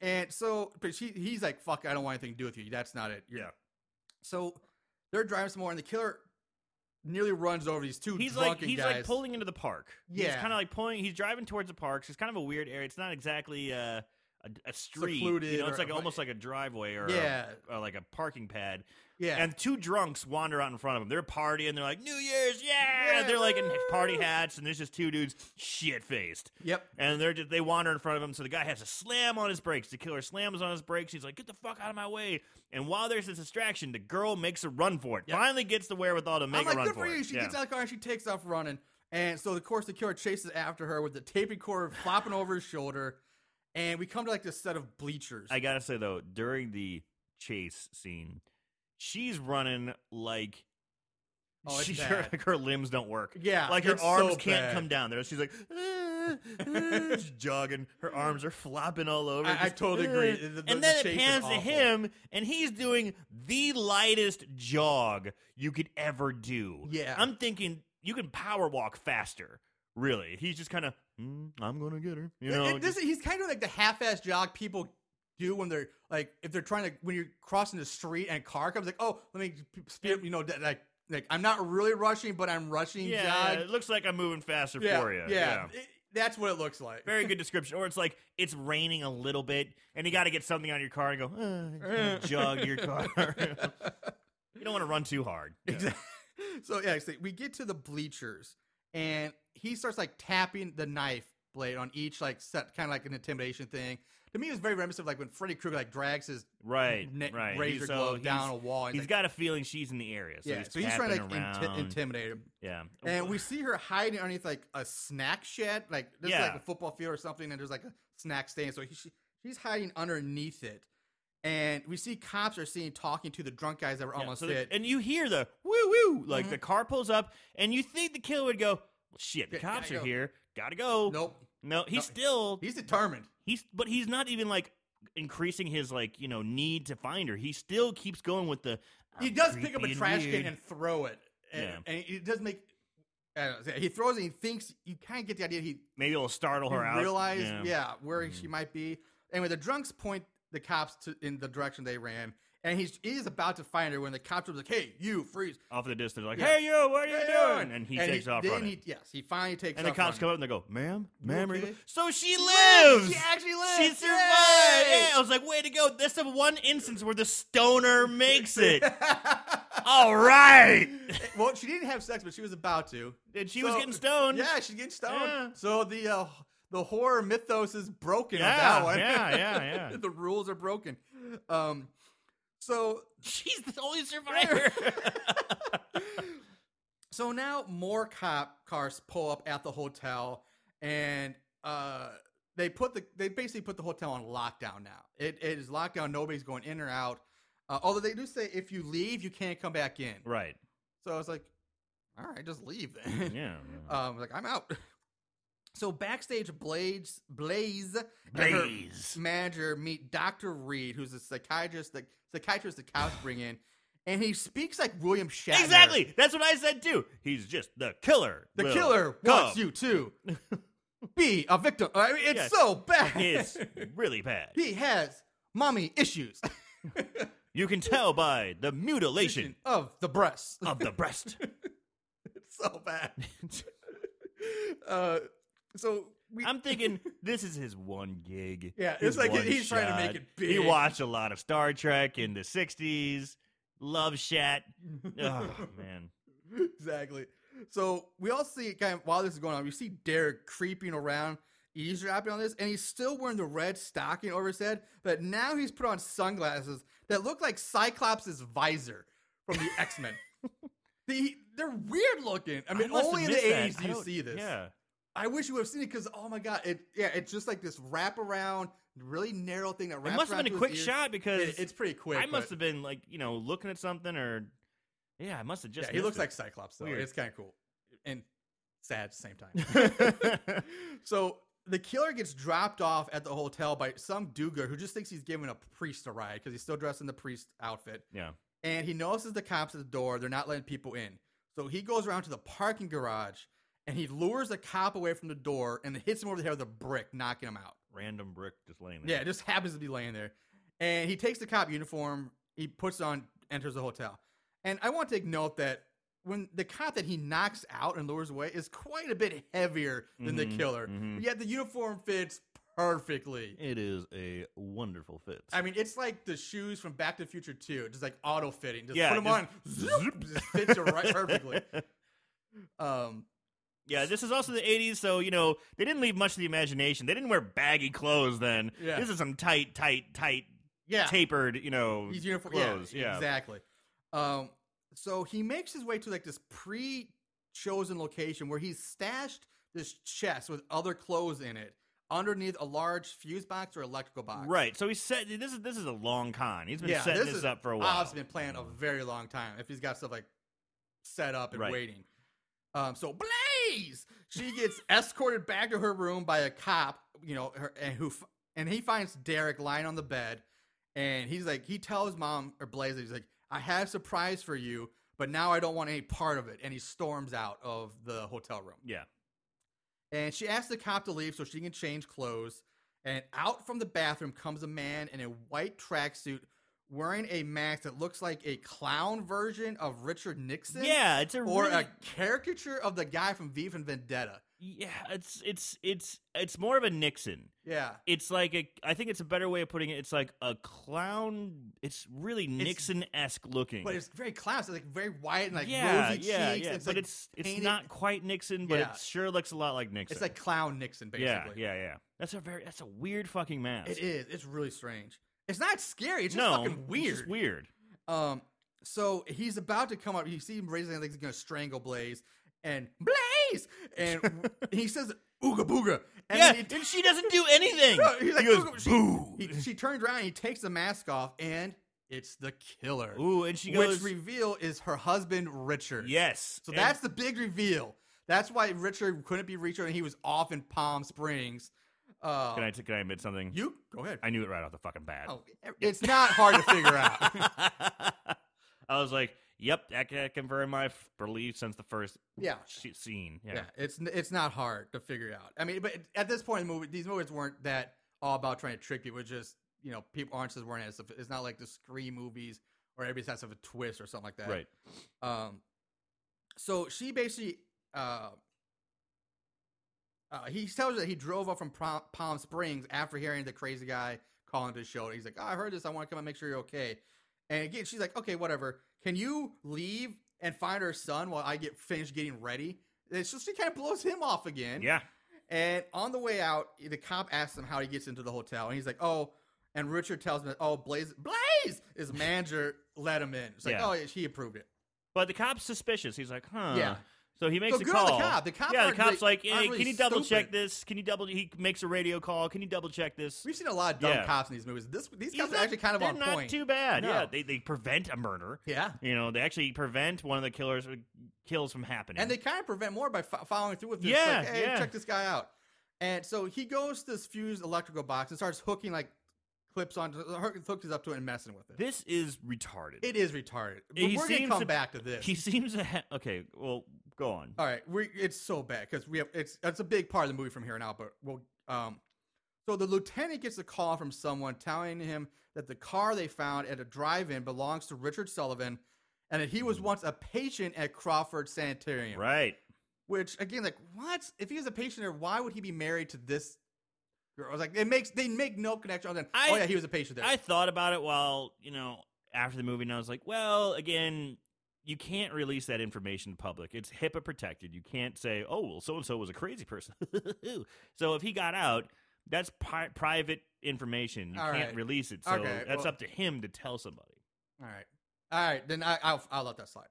Speaker 1: And so, but she, he's like, fuck, I don't want anything to do with you. That's not it. You're-
Speaker 3: Yeah.
Speaker 1: So they're driving some more, and the killer nearly runs over these two
Speaker 3: He's like
Speaker 1: drunken
Speaker 3: he's
Speaker 1: guys.
Speaker 3: like pulling into the park. he's
Speaker 1: Yeah.
Speaker 3: kind of like pulling. He's driving towards the park. So it's kind of a weird area. It's not exactly uh, a, a street.
Speaker 1: Secluded
Speaker 3: you know, it's
Speaker 1: or-
Speaker 3: like almost like a driveway or a-
Speaker 1: yeah,
Speaker 3: or like a parking pad.
Speaker 1: yeah.
Speaker 3: And two drunks wander out in front of him. They're partying. They're like New Year's, yeah.
Speaker 1: Yeah,
Speaker 3: They're like in
Speaker 1: woo!
Speaker 3: party hats, and there's just two dudes shit faced.
Speaker 1: yep.
Speaker 3: And they're just, they wander in front of him, so the guy has to slam on his brakes. The killer slams on his brakes. He's like, "Get the fuck out of my way!" And while there's this distraction, the girl makes a run for it.
Speaker 1: Yeah.
Speaker 3: Finally, gets the wherewithal to make
Speaker 1: I'm like,
Speaker 3: a run
Speaker 1: good for you.
Speaker 3: it.
Speaker 1: She
Speaker 3: Yeah.
Speaker 1: gets out of the car and she takes off running. And so, of course, the killer chases after her with the tape recorder flopping over his shoulder. And we come to like this set of bleachers.
Speaker 3: I gotta say though, during the chase scene, she's running like
Speaker 1: Oh, it's
Speaker 3: she- her,
Speaker 1: bad.
Speaker 3: like her limbs don't work.
Speaker 1: yeah,
Speaker 3: like her
Speaker 1: it's
Speaker 3: arms
Speaker 1: so
Speaker 3: can't
Speaker 1: bad.
Speaker 3: come down. There, she's like, "Ah, ah," she's jogging. Her arms are flopping all over.
Speaker 1: I- I
Speaker 3: just,
Speaker 1: totally agree.
Speaker 3: "Ah."
Speaker 1: The- the-
Speaker 3: and
Speaker 1: the
Speaker 3: then
Speaker 1: chase is
Speaker 3: it pans to
Speaker 1: awful.
Speaker 3: him, and he's doing the lightest jog you could ever do.
Speaker 1: Yeah.
Speaker 3: I'm thinking you can power walk faster. Really, he's just kind of, mm, I'm gonna get her. You
Speaker 1: It-
Speaker 3: know,
Speaker 1: it- this- he's kind of like the half-ass jog people do when they're like, if they're trying to, when you're crossing the street and a car comes, like, oh, let me speed, you know, that- like, like I'm not really rushing, but I'm rushing.
Speaker 3: yeah,
Speaker 1: jog.
Speaker 3: it looks like I'm moving faster for you.
Speaker 1: yeah, yeah. It- that's what it looks like.
Speaker 3: Very good description. Or it's like it's raining a little bit, and you got to get something on your car and go uh, jog your car. you don't want to run too hard.
Speaker 1: Exactly. So yeah, so we get to the bleachers, and he starts like tapping the knife blade on each like set, kind of like an intimidation thing. To me, it was very reminiscent of like when Freddy Krueger like drags his
Speaker 3: Right,
Speaker 1: ne-
Speaker 3: right.
Speaker 1: razor
Speaker 3: He's- so
Speaker 1: glove down a
Speaker 3: he's-
Speaker 1: wall. and
Speaker 3: He's
Speaker 1: like,
Speaker 3: got a feeling she's in the area, so
Speaker 1: yeah,
Speaker 3: he's
Speaker 1: so he's trying to
Speaker 3: tapping
Speaker 1: like inti-
Speaker 3: around.
Speaker 1: intimidate him.
Speaker 3: yeah,
Speaker 1: And we see her hiding underneath like a snack shed, like this is like
Speaker 3: Yeah.
Speaker 1: a football field or something, and there's like a snack stand. So he, she, she's hiding underneath it, and we see cops are seen talking to the drunk guys that were
Speaker 3: Yeah,
Speaker 1: almost
Speaker 3: so the-
Speaker 1: hit.
Speaker 3: and you hear the woo woo, like
Speaker 1: Mhm.
Speaker 3: the car pulls up, and you think the killer would go, "Shit, the
Speaker 1: Yeah, gotta
Speaker 3: cops are
Speaker 1: go.
Speaker 3: here, gotta go."
Speaker 1: nope,
Speaker 3: no, he's
Speaker 1: No.
Speaker 3: still
Speaker 1: he's determined.
Speaker 3: He's but he's not even like increasing his like you know need to find her. He still keeps going with the.
Speaker 1: he
Speaker 3: "I'm
Speaker 1: does pick up
Speaker 3: creepy
Speaker 1: a
Speaker 3: and
Speaker 1: trash
Speaker 3: weird."
Speaker 1: can and throw it, and,
Speaker 3: Yeah.
Speaker 1: and he does make. I don't know, he throws it. He thinks you kind of get the idea. He,
Speaker 3: maybe it'll startle
Speaker 1: he
Speaker 3: her out.
Speaker 1: realized, yeah,
Speaker 3: Yeah.
Speaker 1: where
Speaker 3: Mhm.
Speaker 1: she might be. Anyway, the drunks point the cops to, in the direction they ran, and he's he is about to find her when the cops are like, "Hey, you freeze!"
Speaker 3: off in the distance, like,
Speaker 1: Yeah.
Speaker 3: "Hey, you, what are you
Speaker 1: Hey,
Speaker 3: doing?" And he takes off
Speaker 1: then
Speaker 3: running.
Speaker 1: He, yes, he finally takes.
Speaker 3: and the
Speaker 1: off
Speaker 3: cops come
Speaker 1: running.
Speaker 3: up and they go, "Ma'am, ma'am, are you-"
Speaker 1: okay?"
Speaker 3: so she
Speaker 1: lives!
Speaker 3: lives.
Speaker 1: She actually lives!
Speaker 3: She survived.
Speaker 1: Yay!
Speaker 3: Yeah, I was like, "Way to go!" That's the one instance where the stoner makes it. All right,
Speaker 1: well, she didn't have sex, but she was about to.
Speaker 3: and she
Speaker 1: So-
Speaker 3: was getting stoned.
Speaker 1: Yeah, she's getting stoned.
Speaker 3: Yeah.
Speaker 1: So the uh, the horror mythos is broken on that
Speaker 3: Yeah,
Speaker 1: one.
Speaker 3: yeah, yeah, yeah.
Speaker 1: the rules are broken. Um, so
Speaker 3: she's the only survivor.
Speaker 1: so now more cop cars pull up at the hotel, and uh, they put the they basically put the hotel on lockdown now. It, it is lockdown. Nobody's going in or out. Uh, although they do say if you leave, you can't come back in.
Speaker 3: Right.
Speaker 1: So I was like, all right, just leave then.
Speaker 3: Yeah.
Speaker 1: um, like I'm out. So backstage, Blaze Blaze and her
Speaker 3: Blaze.
Speaker 1: manager meet Doctor Reed, who's a psychiatrist. The psychiatrist the cows bring in, and he speaks like William Shatner.
Speaker 3: Exactly. That's what I said too. He's just the killer.
Speaker 1: The
Speaker 3: Will
Speaker 1: killer
Speaker 3: come.
Speaker 1: wants you to be a victim. I mean, it's
Speaker 3: Yes.
Speaker 1: so bad.
Speaker 3: It's really bad.
Speaker 1: he has mommy issues
Speaker 3: You can tell by the mutilation
Speaker 1: of the breasts.
Speaker 3: of the breast.
Speaker 1: It's so bad. uh, so we,
Speaker 3: I'm thinking this is his one gig.
Speaker 1: Yeah,
Speaker 3: his
Speaker 1: it's like
Speaker 3: one
Speaker 1: he's trying to make
Speaker 3: shot.
Speaker 1: it
Speaker 3: He
Speaker 1: big.
Speaker 3: watched a lot of Star Trek in the '60s. Love Shat. Oh man.
Speaker 1: exactly. So we all see kind of while this is going on, we see Derek creeping around, eavesdropping on this, and he's still wearing the red stocking over his head, but now he's put on sunglasses that look like Cyclops' visor from the X Men. The, they're weird looking. I mean,
Speaker 3: must
Speaker 1: only in
Speaker 3: have
Speaker 1: the '80s
Speaker 3: missed that. I
Speaker 1: do you
Speaker 3: don't-
Speaker 1: see this.
Speaker 3: Yeah.
Speaker 1: I wish you would have seen it because oh my god, it yeah, it's just like this wrap around, really narrow thing that
Speaker 3: It
Speaker 1: wraps.
Speaker 3: must
Speaker 1: around
Speaker 3: have been
Speaker 1: to his
Speaker 3: a quick
Speaker 1: ears.
Speaker 3: shot because
Speaker 1: It- it's pretty quick.
Speaker 3: I must
Speaker 1: but-
Speaker 3: have been like you know looking at something or yeah I must have just
Speaker 1: yeah, he
Speaker 3: missed
Speaker 1: looks
Speaker 3: it.
Speaker 1: like Cyclops though.
Speaker 3: Weird.
Speaker 1: It's kind of cool and sad at the same time. so the killer gets dropped off at the hotel by some Duger who just thinks he's giving a priest a ride because he's still dressed in the priest outfit,
Speaker 3: yeah
Speaker 1: and he notices the cops at the door. They're not letting people in, so he goes around to the parking garage. And he lures the cop away from the door and hits him over the head with a brick, knocking him out.
Speaker 3: random brick just laying
Speaker 1: Yeah,
Speaker 3: there
Speaker 1: it just happens to be laying there. And he takes the cop uniform, he puts on, enters the hotel. And I want to take note that when the cop that he knocks out and lures away is quite a bit heavier than
Speaker 3: Mhm,
Speaker 1: the killer,
Speaker 3: mhm.
Speaker 1: yet the uniform fits perfectly.
Speaker 3: it is a wonderful fit
Speaker 1: I mean, it's like the shoes from Back to the Future 2, just like auto fitting. Just
Speaker 3: Yeah,
Speaker 1: put them
Speaker 3: just
Speaker 1: on, zoop, just fits you right perfectly. Um,
Speaker 3: yeah this is also the 80s so you know they didn't leave much to the imagination they didn't wear baggy clothes then
Speaker 1: Yeah.
Speaker 3: this is some tight tight tight
Speaker 1: yeah,
Speaker 3: tapered you know
Speaker 1: He's uniform.
Speaker 3: clothes
Speaker 1: Yeah,
Speaker 3: yeah,
Speaker 1: exactly. Um, so he makes his way to like this pre-chosen location where he's stashed this chest with other clothes in it underneath a large fuse box or electrical box.
Speaker 3: right so he said this is this is a long con he's been
Speaker 1: Yeah,
Speaker 3: setting
Speaker 1: this
Speaker 3: this,
Speaker 1: is
Speaker 3: up for a while
Speaker 1: Ob's been playing a very long time. If he's got stuff like set up and
Speaker 3: Right.
Speaker 1: waiting. Um, so Blaze, she gets escorted back to her room by a cop. You know, her, and who f- and he finds Derek lying on the bed, and he's like, he tells mom or Blaze, he's like, I have a surprise for you, but now I don't want any part of it, and he storms out of the hotel room.
Speaker 3: yeah
Speaker 1: And she asks the cop to leave so she can change clothes. And out from the bathroom comes a man in a white tracksuit wearing a mask that looks like a clown version of Richard Nixon.
Speaker 3: yeah it's a
Speaker 1: Or
Speaker 3: really,
Speaker 1: a caricature of the guy from V for Vendetta.
Speaker 3: yeah it's it's it's it's more of a nixon
Speaker 1: Yeah.
Speaker 3: it's like a I think it's a better way of putting it. It's like a clown. It's really Nixon esque looking.
Speaker 1: But it's very clown. It's like very white and like
Speaker 3: yeah,
Speaker 1: rosy
Speaker 3: yeah,
Speaker 1: cheeks.
Speaker 3: yeah.
Speaker 1: and
Speaker 3: but
Speaker 1: like
Speaker 3: it's it's
Speaker 1: painted-
Speaker 3: not quite Nixon, but
Speaker 1: Yeah.
Speaker 3: it sure looks a lot like Nixon.
Speaker 1: it's like clown Nixon
Speaker 3: yeah,
Speaker 1: basically.
Speaker 3: yeah, yeah. That's a very that's a weird fucking mask.
Speaker 1: It is. It's really strange. It's not scary. It's just
Speaker 3: no,
Speaker 1: fucking
Speaker 3: it's just weird.
Speaker 1: Um, so he's about to come up. You see him raising like he's gonna strangle Blaze, and Blaze, and he says "ooga booga," and
Speaker 3: yeah,
Speaker 1: then he,
Speaker 3: and she doesn't do anything.
Speaker 1: No, he's like,
Speaker 3: he goes,
Speaker 1: "Ooga-" She-
Speaker 3: boo.
Speaker 1: he- she turns around, and he takes the mask off, and it's the killer,
Speaker 3: Ooh, and she
Speaker 1: which
Speaker 3: goes,
Speaker 1: reveal is her husband Richard.
Speaker 3: yes.
Speaker 1: so
Speaker 3: and-
Speaker 1: that's the big reveal. That's why Richard couldn't be Richard, and he was off in Palm Springs. Uh,
Speaker 3: Can I can I admit something?
Speaker 1: you go ahead.
Speaker 3: I knew it right off the fucking bat.
Speaker 1: Oh, it's not hard to figure out.
Speaker 3: I was like, yep, that can confirm my f- belief since the first
Speaker 1: Yeah.
Speaker 3: sh- scene. Yeah.
Speaker 1: Yeah. it's n- it's not hard to figure out. I mean, but at this point in the movie, these movies weren't that all about trying to trick you. It was just you know people aren't just weren't as soph- it's not like the scream movies or everybody's has to have a twist or something like that.
Speaker 3: Right.
Speaker 1: Um. So she basically. Uh, uh, he tells her that he drove up from Prom- Palm Springs after hearing the crazy guy calling to his show. He's like, oh, I heard this. I want to come and make sure you're okay. And again, she's like, okay, whatever. Can you leave and find her son while I get finished getting ready? And so she kind of blows him off again.
Speaker 3: Yeah.
Speaker 1: And on the way out, the cop asks him how he gets into the hotel. And he's like, oh, and Richard tells him, that, oh, Blaze, Blaze, his manager let him in. It's like,
Speaker 3: Yeah. Uh-huh.
Speaker 1: oh, yeah, she approved it.
Speaker 3: But the cop's suspicious. He's like, huh.
Speaker 1: Yeah.
Speaker 3: So he makes
Speaker 1: So
Speaker 3: a
Speaker 1: good on
Speaker 3: call.
Speaker 1: the cop. The cops
Speaker 3: yeah, the
Speaker 1: aren't
Speaker 3: cop's
Speaker 1: really-
Speaker 3: like, hey,
Speaker 1: aren't
Speaker 3: can
Speaker 1: really
Speaker 3: you double check
Speaker 1: stupid.
Speaker 3: this? Can you double? He makes a radio call. Can you double check this?
Speaker 1: We've seen a lot of dumb
Speaker 3: Yeah.
Speaker 1: cops in these movies. This these
Speaker 3: He's
Speaker 1: cops
Speaker 3: not-
Speaker 1: are actually kind of
Speaker 3: they're
Speaker 1: on
Speaker 3: not
Speaker 1: point.
Speaker 3: too bad.
Speaker 1: No.
Speaker 3: Yeah, they they prevent a murder.
Speaker 1: yeah.
Speaker 3: You know, they actually prevent one of the killers uh, kills from happening.
Speaker 1: And they kind of prevent more by fo- following through with this.
Speaker 3: Yeah,
Speaker 1: like, hey,
Speaker 3: yeah.
Speaker 1: check this guy out. And so he goes to this fused electrical box and starts hooking like clips onto hooks up to it and messing with it.
Speaker 3: this is retarded.
Speaker 1: it is retarded. But
Speaker 3: He
Speaker 1: we're gonna
Speaker 3: seems
Speaker 1: come
Speaker 3: to-
Speaker 1: back to this.
Speaker 3: he seems to ha- okay. Well, go on.
Speaker 1: All right, we it's so bad because we have it's it's a big part of the movie from here on out. But we'll um, so the lieutenant gets a call from someone telling him that the car they found at a drive-in belongs to Richard Sullivan, and that he was once a patient at Crawford Sanitarium.
Speaker 3: Hmm. Right.
Speaker 1: Which again, like, what if he was a patient there? Why would he be married to this girl? I was like, it makes they make no connection other than
Speaker 3: I-
Speaker 1: oh yeah, he was a patient there.
Speaker 3: I thought about it while you know after the movie, and I was like, well, again, you can't release that information to public. It's HIPAA protected. You can't say, oh, well, so and so was a crazy person. so if he got out, that's pri- private information. You
Speaker 1: All
Speaker 3: can't
Speaker 1: right.
Speaker 3: release it. So
Speaker 1: Okay,
Speaker 3: that's
Speaker 1: well-
Speaker 3: up to him to tell somebody.
Speaker 1: All right. All right. Then I, I'll, I'll let that slide.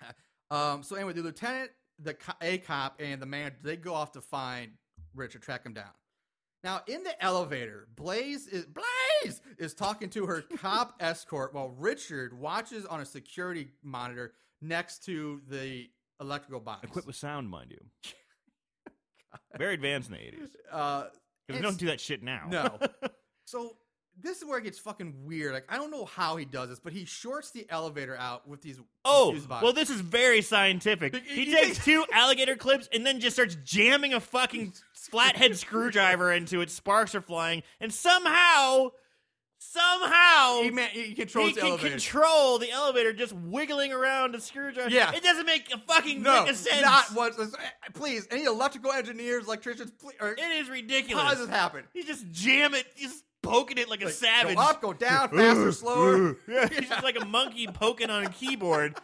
Speaker 1: Um, so anyway, the lieutenant, the co- a cop, and the man they go off to find Richard, track him down. Now in the elevator, Blaze is Blaze is talking to her cop escort while Richard watches on a security monitor next to the electrical box.
Speaker 3: Equipped with sound, mind you. Very advanced in the eighties.
Speaker 1: Uh,
Speaker 3: Because
Speaker 1: It's-
Speaker 3: they don't do that shit now.
Speaker 1: No. so this is where it gets fucking weird. Like I don't know how he does this, but he shorts the elevator out with these.
Speaker 3: Oh,
Speaker 1: fuse boxes.
Speaker 3: well, this is very scientific.
Speaker 1: Be-
Speaker 3: He
Speaker 1: you
Speaker 3: takes
Speaker 1: think-
Speaker 3: two alligator clips and then just starts jamming a fucking flathead screwdriver into it. Sparks are flying, and somehow, somehow,
Speaker 1: he,
Speaker 3: he,
Speaker 1: man, he controls the
Speaker 3: can
Speaker 1: elevator.
Speaker 3: control the elevator just wiggling around a screwdriver.
Speaker 1: Yeah.
Speaker 3: it doesn't make a fucking
Speaker 1: no,
Speaker 3: lick of sense.
Speaker 1: not once. Please, any electrical engineers, electricians, please, or
Speaker 3: it is
Speaker 1: how
Speaker 3: ridiculous.
Speaker 1: does this happen?
Speaker 3: He's just jamming, just poking it like a
Speaker 1: Like,
Speaker 3: savage.
Speaker 1: Go up, go down, faster, slower.
Speaker 3: yeah, he's just like a monkey poking on a keyboard.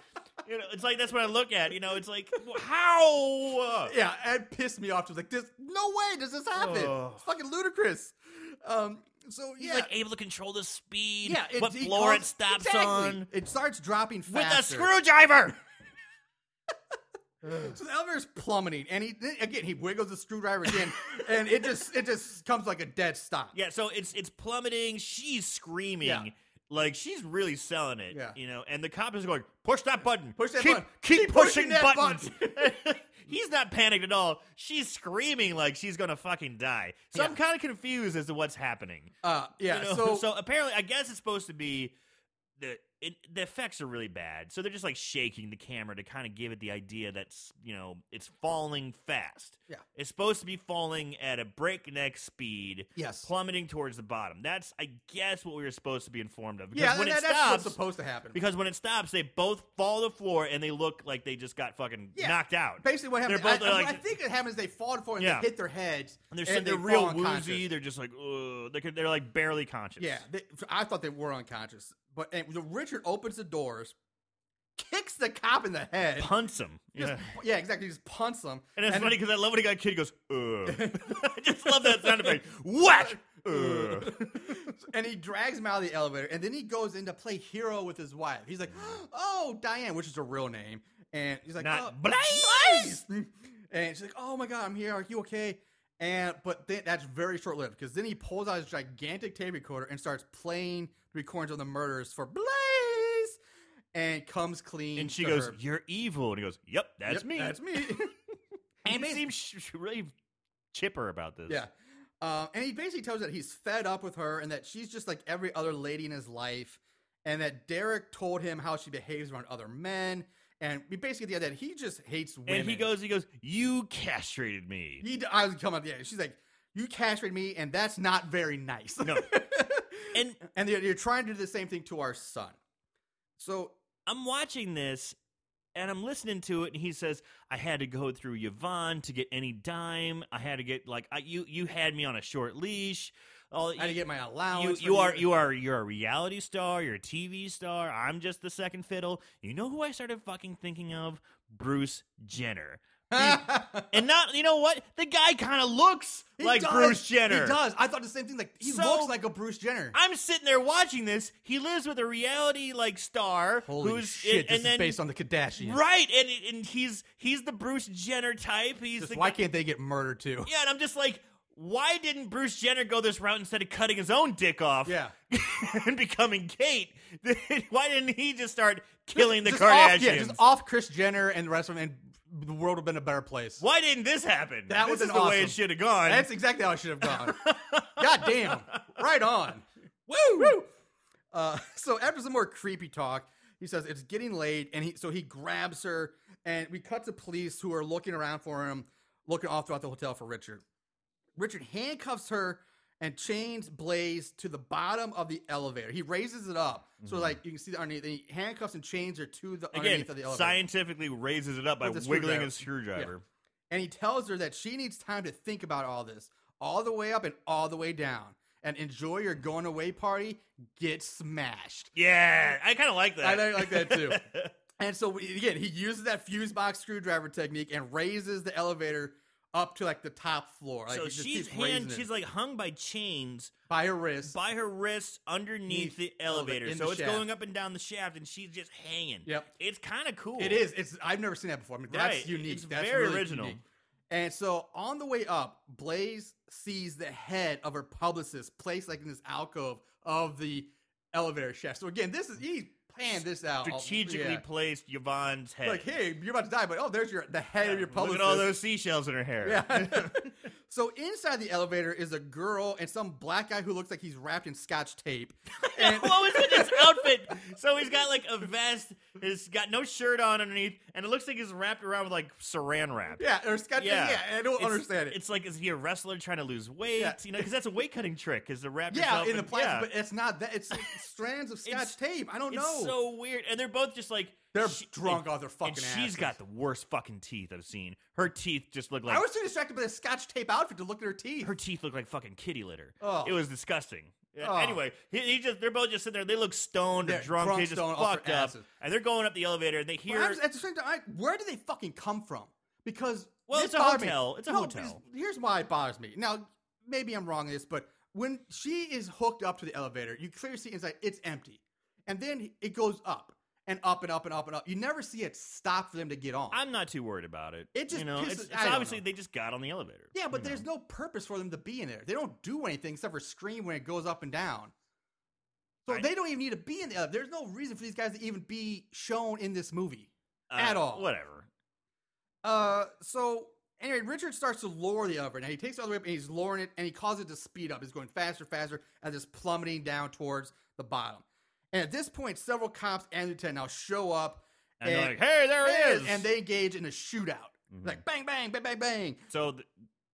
Speaker 3: You know, it's like that's what I look at. You know, it's like how.
Speaker 1: Yeah, and pissed me off. Just like this, no way does this happen.
Speaker 3: Ugh.
Speaker 1: It's fucking ludicrous. Um, so
Speaker 3: He's
Speaker 1: yeah,
Speaker 3: like able to control the speed,
Speaker 1: yeah.
Speaker 3: what
Speaker 1: he
Speaker 3: floor it
Speaker 1: calls-
Speaker 3: stops
Speaker 1: exactly.
Speaker 3: on
Speaker 1: It starts dropping faster.
Speaker 3: with a screwdriver.
Speaker 1: So the elevator's plummeting, and he again he wiggles the screwdriver again, and it just it just comes like a dead stop.
Speaker 3: yeah, so it's it's plummeting. She's screaming.
Speaker 1: Yeah.
Speaker 3: Like she's really selling it,
Speaker 1: Yeah.
Speaker 3: you know. And the cop is going, "Push that button.
Speaker 1: Push that
Speaker 3: keep,
Speaker 1: button.
Speaker 3: Keep,
Speaker 1: Keep pushing
Speaker 3: pushing,
Speaker 1: that
Speaker 3: buttons." He's not panicked at all. She's screaming like she's gonna fucking die. So I'm
Speaker 1: Yeah.
Speaker 3: kind of confused as to what's happening.
Speaker 1: uh, yeah.
Speaker 3: You know,
Speaker 1: so,
Speaker 3: apparently, I guess it's supposed to be the it, the effects are really bad, so they're just like shaking the camera to kind of give it the idea that's you know it's falling fast.
Speaker 1: Yeah.
Speaker 3: it's supposed to be falling at a breakneck speed,
Speaker 1: yes,
Speaker 3: plummeting towards the bottom. That's I guess what we were supposed to be informed of. Because
Speaker 1: yeah,
Speaker 3: when
Speaker 1: that-
Speaker 3: it
Speaker 1: that's
Speaker 3: stops,
Speaker 1: what's supposed to happen.
Speaker 3: because when it stops, they both fall to the floor and they look like they just got fucking
Speaker 1: Yeah.
Speaker 3: knocked out.
Speaker 1: Basically, what
Speaker 3: They're
Speaker 1: happens?
Speaker 3: both,
Speaker 1: I, I-
Speaker 3: like-
Speaker 1: I think it happens. They fall for it and
Speaker 3: Yeah.
Speaker 1: they hit their heads.
Speaker 3: And they're,
Speaker 1: and
Speaker 3: they're
Speaker 1: they
Speaker 3: real
Speaker 1: fall unconscious.
Speaker 3: woozy. They're just like, ugh. They could, they're like barely conscious.
Speaker 1: Yeah, they, I thought they were unconscious, but and the Richard opens the doors, kicks the cop in the head.
Speaker 3: punts them.
Speaker 1: Just, yeah. exactly. Just punts him.
Speaker 3: And it's
Speaker 1: And-
Speaker 3: funny because I love when a guy kid goes, "Ugh." I just love that sound effect. Whack! Ugh.
Speaker 1: and he drags him out of the elevator, and then he goes in to play hero with his wife. He's like, "Oh, Diane," which is her real name, and he's like,
Speaker 3: Mm. Not
Speaker 1: "Oh,
Speaker 3: Blaze!"
Speaker 1: Blaze! And she's like, "Oh my god, I'm here. Are you okay?" And but then, that's very short lived because then he pulls out his gigantic tape recorder and starts playing recordings of the murders for Blaze, and comes clean.
Speaker 3: And she
Speaker 1: to
Speaker 3: goes,
Speaker 1: her.
Speaker 3: "You're evil," and he goes, "Yep, that's
Speaker 1: Yep,
Speaker 3: me."
Speaker 1: That's me."
Speaker 3: And he
Speaker 1: Amazing.
Speaker 3: seems sh- sh- really chipper about this.
Speaker 1: Yeah. Um, and he basically tells her that he's fed up with her and that she's just like every other lady in his life. And that Derek told him how she behaves around other men. And we basically, the idea that he just hates women.
Speaker 3: And he goes, "He goes, you castrated me."
Speaker 1: he, I was coming up, yeah. She's like, You castrated me, and that's not very nice.
Speaker 3: No. And
Speaker 1: and you're, you're trying to do the same thing to our son. So,
Speaker 3: I'm watching this and I'm listening to it, and he says, "I had to go through Yvonne to get any dime. I had to get like I, you. You had me on a short leash. All
Speaker 1: I had to get my
Speaker 3: you,
Speaker 1: allowance.
Speaker 3: you
Speaker 1: from
Speaker 3: are you are you're a reality star you're a tv star i'm just the second fiddle you know who i started fucking thinking of bruce jenner And not, you know what? The guy kind of looks
Speaker 1: He
Speaker 3: like
Speaker 1: does.
Speaker 3: Bruce Jenner.
Speaker 1: He does. I thought the same thing. Like he
Speaker 3: So-
Speaker 1: looks like a Bruce Jenner.
Speaker 3: I'm sitting there watching this. He lives with a reality like star
Speaker 1: Holy
Speaker 3: who's
Speaker 1: shit!
Speaker 3: and,
Speaker 1: This
Speaker 3: and then
Speaker 1: is based on the Kardashians.
Speaker 3: right, and and he's he's the Bruce Jenner type. He's
Speaker 1: Just
Speaker 3: the
Speaker 1: why
Speaker 3: guy-
Speaker 1: can't they get murdered too?
Speaker 3: yeah, and I'm just like, why didn't Bruce Jenner go this route instead of cutting his own dick off?
Speaker 1: Yeah.
Speaker 3: and becoming Kate. why didn't he just start killing the
Speaker 1: Just
Speaker 3: Kardashians?
Speaker 1: Off, yeah, just off Chris Jenner and the rest of them, and the world would have been a better place.
Speaker 3: Why didn't this happen?
Speaker 1: That
Speaker 3: this
Speaker 1: would've
Speaker 3: is
Speaker 1: been
Speaker 3: the way it
Speaker 1: awesome.
Speaker 3: should have gone.
Speaker 1: That's exactly how I should have gone. God damn. Right on. Woo! Woo! Uh, so after some more creepy talk, he says it's getting late, and he so he grabs her, and we cut to police who are looking around for him, looking all throughout the hotel for Richard. Richard handcuffs her and chains Blaze to the bottom of the elevator. He raises it up so like you can see the underneath. And he handcuffs and chains her to the
Speaker 3: Again,
Speaker 1: underneath of the elevator.
Speaker 3: scientifically raises it up by
Speaker 1: With a
Speaker 3: wiggling a
Speaker 1: screwdriver.
Speaker 3: screwdriver.
Speaker 1: and he tells her that she needs time to think about all this, all the way up and all the way down, and enjoy your going away party. Get smashed.
Speaker 3: Yeah, I kind of like that.
Speaker 1: I like- like that too. And so we- again, he uses that fuse box screwdriver technique and raises the elevator up to like the top floor. Like,
Speaker 3: so
Speaker 1: he just
Speaker 3: she's
Speaker 1: keeps raising
Speaker 3: hand,
Speaker 1: it
Speaker 3: she's like hung by chains
Speaker 1: by her wrist.
Speaker 3: by her wrists
Speaker 1: Neath
Speaker 3: underneath the
Speaker 1: elevator,
Speaker 3: elevator.
Speaker 1: in
Speaker 3: So
Speaker 1: the
Speaker 3: it's
Speaker 1: shaft.
Speaker 3: going up and down the shaft, and she's just hanging.
Speaker 1: Yep.
Speaker 3: it's kind of cool.
Speaker 1: It is. It's. I've never seen that before. I mean, that's
Speaker 3: Right.
Speaker 1: unique.
Speaker 3: It's
Speaker 1: that's
Speaker 3: very
Speaker 1: really
Speaker 3: original.
Speaker 1: unique. And so on the way up, Blaze sees the head of her publicist placed like in this alcove of the elevator shaft. So again, this is he planned this out all-
Speaker 3: strategically
Speaker 1: yeah.
Speaker 3: placed Yvonne's head.
Speaker 1: Like, hey, you're about to die, but oh, there's your the head of your
Speaker 3: Look
Speaker 1: publicist.
Speaker 3: at all those seashells in her hair.
Speaker 1: Yeah. so inside the elevator is a girl and some black guy who looks like he's wrapped in scotch tape. And
Speaker 3: what was in his outfit? So he's got like a vest. He's got no shirt on underneath, and it looks like he's wrapped around with like saran wrap.
Speaker 1: yeah, or scotch
Speaker 3: Yeah.
Speaker 1: tape. Yeah, I don't
Speaker 3: It's-
Speaker 1: understand it.
Speaker 3: It's like, is he a wrestler trying to lose weight?
Speaker 1: Yeah.
Speaker 3: You know, because that's a weight cutting trick. Is the wrap
Speaker 1: Yeah,
Speaker 3: yourself
Speaker 1: in the plastic,
Speaker 3: yeah.
Speaker 1: but it's not that. It's strands of
Speaker 3: It's-
Speaker 1: scotch tape. I don't
Speaker 3: it's
Speaker 1: know.
Speaker 3: so weird. And they're both just like
Speaker 1: They're
Speaker 3: she-
Speaker 1: drunk
Speaker 3: and-
Speaker 1: off their fucking
Speaker 3: And
Speaker 1: asses.
Speaker 3: she's got the worst fucking teeth I've seen. Her teeth just look like
Speaker 1: I was too distracted by the scotch tape outfit to look at her teeth.
Speaker 3: her teeth look like fucking kitty litter.
Speaker 1: Oh.
Speaker 3: It was disgusting. Yeah,
Speaker 1: Oh.
Speaker 3: Anyway, he, he just they're both just sitting there. They look stoned
Speaker 1: They're
Speaker 3: or drunk.
Speaker 1: drunk,
Speaker 3: they just
Speaker 1: stoned off their
Speaker 3: fucked up,
Speaker 1: asses.
Speaker 3: and they're going up the elevator, and they
Speaker 1: But
Speaker 3: hear
Speaker 1: I'm just- at the same time, I- where do they fucking come from? Because
Speaker 3: Well,
Speaker 1: this
Speaker 3: it's a
Speaker 1: bothered me.
Speaker 3: hotel. It's a
Speaker 1: No,
Speaker 3: hotel.
Speaker 1: because Here's why it bothers me. Now, maybe I'm wrong in this, but when she is hooked up to the elevator, you clearly see inside it's empty, and then it goes up and up and up and up and up. You never see it stop for them to get on.
Speaker 3: I'm not too worried about it.
Speaker 1: It just
Speaker 3: you know,
Speaker 1: pisses-
Speaker 3: it's, it's
Speaker 1: I don't
Speaker 3: obviously
Speaker 1: know.
Speaker 3: they just got on the elevator.
Speaker 1: yeah, but
Speaker 3: you know.
Speaker 1: there's no purpose for them to be in there. They don't do anything except for scream when it goes up and down. So
Speaker 3: I-
Speaker 1: they don't even need to be in the elevator. There's no reason for these guys to even be shown in this movie. at all.
Speaker 3: Whatever.
Speaker 1: Uh, so anyway, Richard starts to lower the elevator. Now he takes the other way up and he's lowering it, and he causes it to speed up. It's going faster, faster, and just plummeting down towards the bottom. And at this point, several cops and lieutenant now show up,
Speaker 3: And, they're
Speaker 1: And-
Speaker 3: like, "Hey, there
Speaker 1: and-
Speaker 3: it is!"
Speaker 1: and they engage in a shootout.
Speaker 3: Mhm.
Speaker 1: Like bang, bang, bang, bang, bang.
Speaker 3: so th-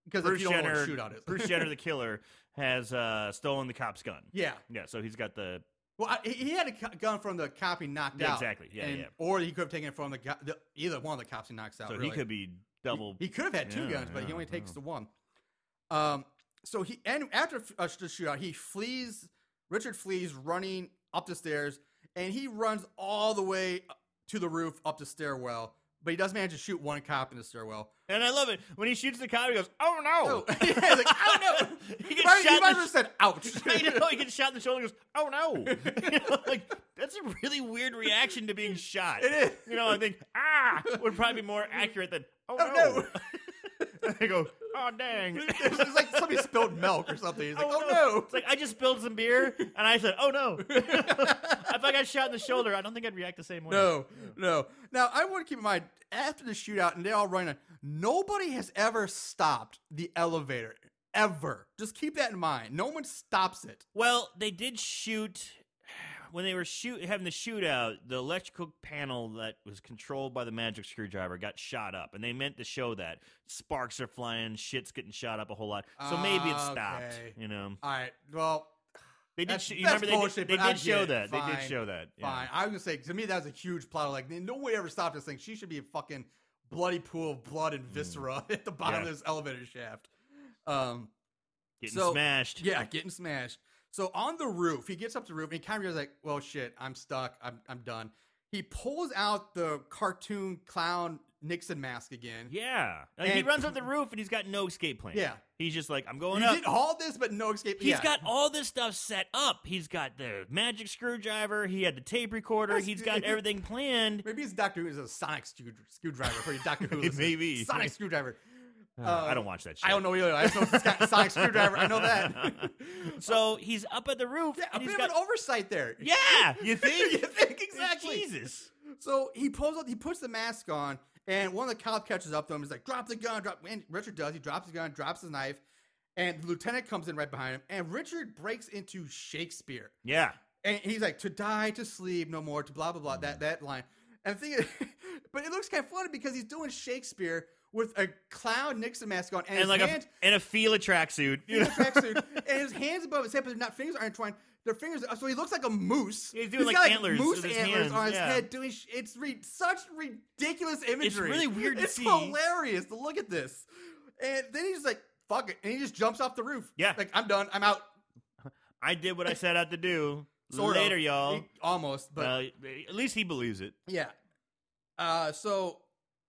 Speaker 1: Because if
Speaker 3: Bruce
Speaker 1: you don't know
Speaker 3: Jenner,
Speaker 1: what a shootout is,
Speaker 3: Bruce Jenner, the killer, has uh, stolen the cop's gun.
Speaker 1: yeah.
Speaker 3: Yeah, so he's got the
Speaker 1: Well, I, he- he had a co- gun from the cop he knocked
Speaker 3: Yeah,
Speaker 1: out.
Speaker 3: exactly. Yeah,
Speaker 1: And-
Speaker 3: yeah.
Speaker 1: Or he could have taken it from the, go- the either one of the cops he knocks out.
Speaker 3: so
Speaker 1: really.
Speaker 3: he could be double.
Speaker 1: He could have had two
Speaker 3: Yeah,
Speaker 1: guns, but he
Speaker 3: yeah,
Speaker 1: only takes
Speaker 3: yeah.
Speaker 1: the one. Um, so he and after uh, the shootout, he flees. Richard flees, running up the stairs, and he runs all the way to the roof, up the stairwell. But he does manage to shoot one cop in the stairwell.
Speaker 3: and I love it when he shoots the cop. He goes, "Oh no!"
Speaker 1: Oh, yeah, he's like, I don't know.
Speaker 3: He gets
Speaker 1: Right,
Speaker 3: shot
Speaker 1: he
Speaker 3: in
Speaker 1: might as
Speaker 3: the
Speaker 1: well said, "Ouch."
Speaker 3: I know he gets shot in the shoulder. and Goes, "Oh no!" You know, like that's a really weird reaction to being shot.
Speaker 1: It is.
Speaker 3: You know, I think ah would probably be more accurate than oh,
Speaker 1: Oh,
Speaker 3: no. they go, "Oh dang."
Speaker 1: it's just like somebody spilled milk or something. He's like, "Oh,
Speaker 3: It's like I just spilled some beer and I said, "Oh no!" if I got shot in the shoulder, I don't think I'd react the same way.
Speaker 1: No, no. Now I want to keep in mind after the shootout, and they all run. out, Nobody has ever stopped the elevator ever. Just keep that in mind. No one stops it.
Speaker 3: Well, they did shoot when they were shoot having the shootout. The electrical panel that was controlled by the magic screwdriver got shot up, and they meant to show that sparks are flying, shit's getting shot up a whole lot. So maybe it stopped.
Speaker 1: Ah, Okay.
Speaker 3: You know,
Speaker 1: All right. Well,
Speaker 3: they did.
Speaker 1: That's-
Speaker 3: Sh- you
Speaker 1: that's
Speaker 3: remember they
Speaker 1: bullshit,
Speaker 3: did, they
Speaker 1: but I
Speaker 3: did show
Speaker 1: get it.
Speaker 3: that. They
Speaker 1: Fine.
Speaker 3: did show that. Yeah.
Speaker 1: fine. I was gonna say to me that was a huge plot. Like no one ever stopped this thing. She should be a fucking bloody pool of blood and viscera at the bottom
Speaker 3: Yeah.
Speaker 1: of this elevator shaft. Um.
Speaker 3: Getting
Speaker 1: So-
Speaker 3: smashed.
Speaker 1: Yeah, getting smashed. So on the roof, he gets up to the roof and he kind of realizes, like, well, shit, I'm stuck. I'm, I'm done. He pulls out the cartoon clown Nixon mask again.
Speaker 3: Yeah. Like, he
Speaker 1: And-
Speaker 3: runs up the roof and he's got no escape plan.
Speaker 1: Yeah.
Speaker 3: He's just like, I'm going
Speaker 1: you
Speaker 3: up.
Speaker 1: did all this, but no escape.
Speaker 3: He's
Speaker 1: yeah.
Speaker 3: got all this stuff set up. He's got the magic screwdriver. He had the tape recorder.
Speaker 1: That's-
Speaker 3: He's got everything planned.
Speaker 1: Maybe it's Doctor Who is a sonic screw- screwdriver for your Doctor Who.
Speaker 3: It
Speaker 1: listeners.
Speaker 3: may be.
Speaker 1: sonic screwdriver.
Speaker 3: Uh,
Speaker 1: Uh,
Speaker 3: I don't watch that shit.
Speaker 1: I don't know either. I just know it's got sonic screwdriver. I know that.
Speaker 3: so he's up at the roof.
Speaker 1: yeah, a
Speaker 3: and
Speaker 1: bit
Speaker 3: he's
Speaker 1: of
Speaker 3: got,
Speaker 1: an oversight there.
Speaker 3: yeah. You
Speaker 1: you
Speaker 3: think?
Speaker 1: think exactly?
Speaker 3: Jesus.
Speaker 1: So he pulls up, he puts the mask on, and one of the cops catches up to him. He's like, "Drop the gun!" Drop. And Richard does. He drops the gun, drops his knife, and the lieutenant comes in right behind him. And Richard breaks into Shakespeare,
Speaker 3: Yeah.
Speaker 1: and he's like, "To die, to sleep, no more." To blah blah blah. That that line. And the thing is, but it looks kind of funny because he's doing Shakespeare with a clown Nixon mask on, and,
Speaker 3: And
Speaker 1: his
Speaker 3: like a
Speaker 1: hand,
Speaker 3: and a Fila tracksuit.
Speaker 1: in a tracksuit, and his hands above his head, but they're not fingers are entwined. Their fingers, so he looks like a moose.
Speaker 3: He's doing like antlers
Speaker 1: moose
Speaker 3: with his
Speaker 1: antlers
Speaker 3: hands,
Speaker 1: on his
Speaker 3: yeah.
Speaker 1: head. Doing sh- it's re- such ridiculous imagery.
Speaker 3: really weird to
Speaker 1: It's
Speaker 3: see.
Speaker 1: hilarious to look at this. And then he's just like, "Fuck it," and he just jumps off the roof.
Speaker 3: Yeah.
Speaker 1: like I'm done. I'm out.
Speaker 3: I did what I set out to do.
Speaker 1: Sort of.
Speaker 3: Later, y'all.
Speaker 1: He- almost, but
Speaker 3: Um, Uh, at least he believes it.
Speaker 1: yeah. Uh, so.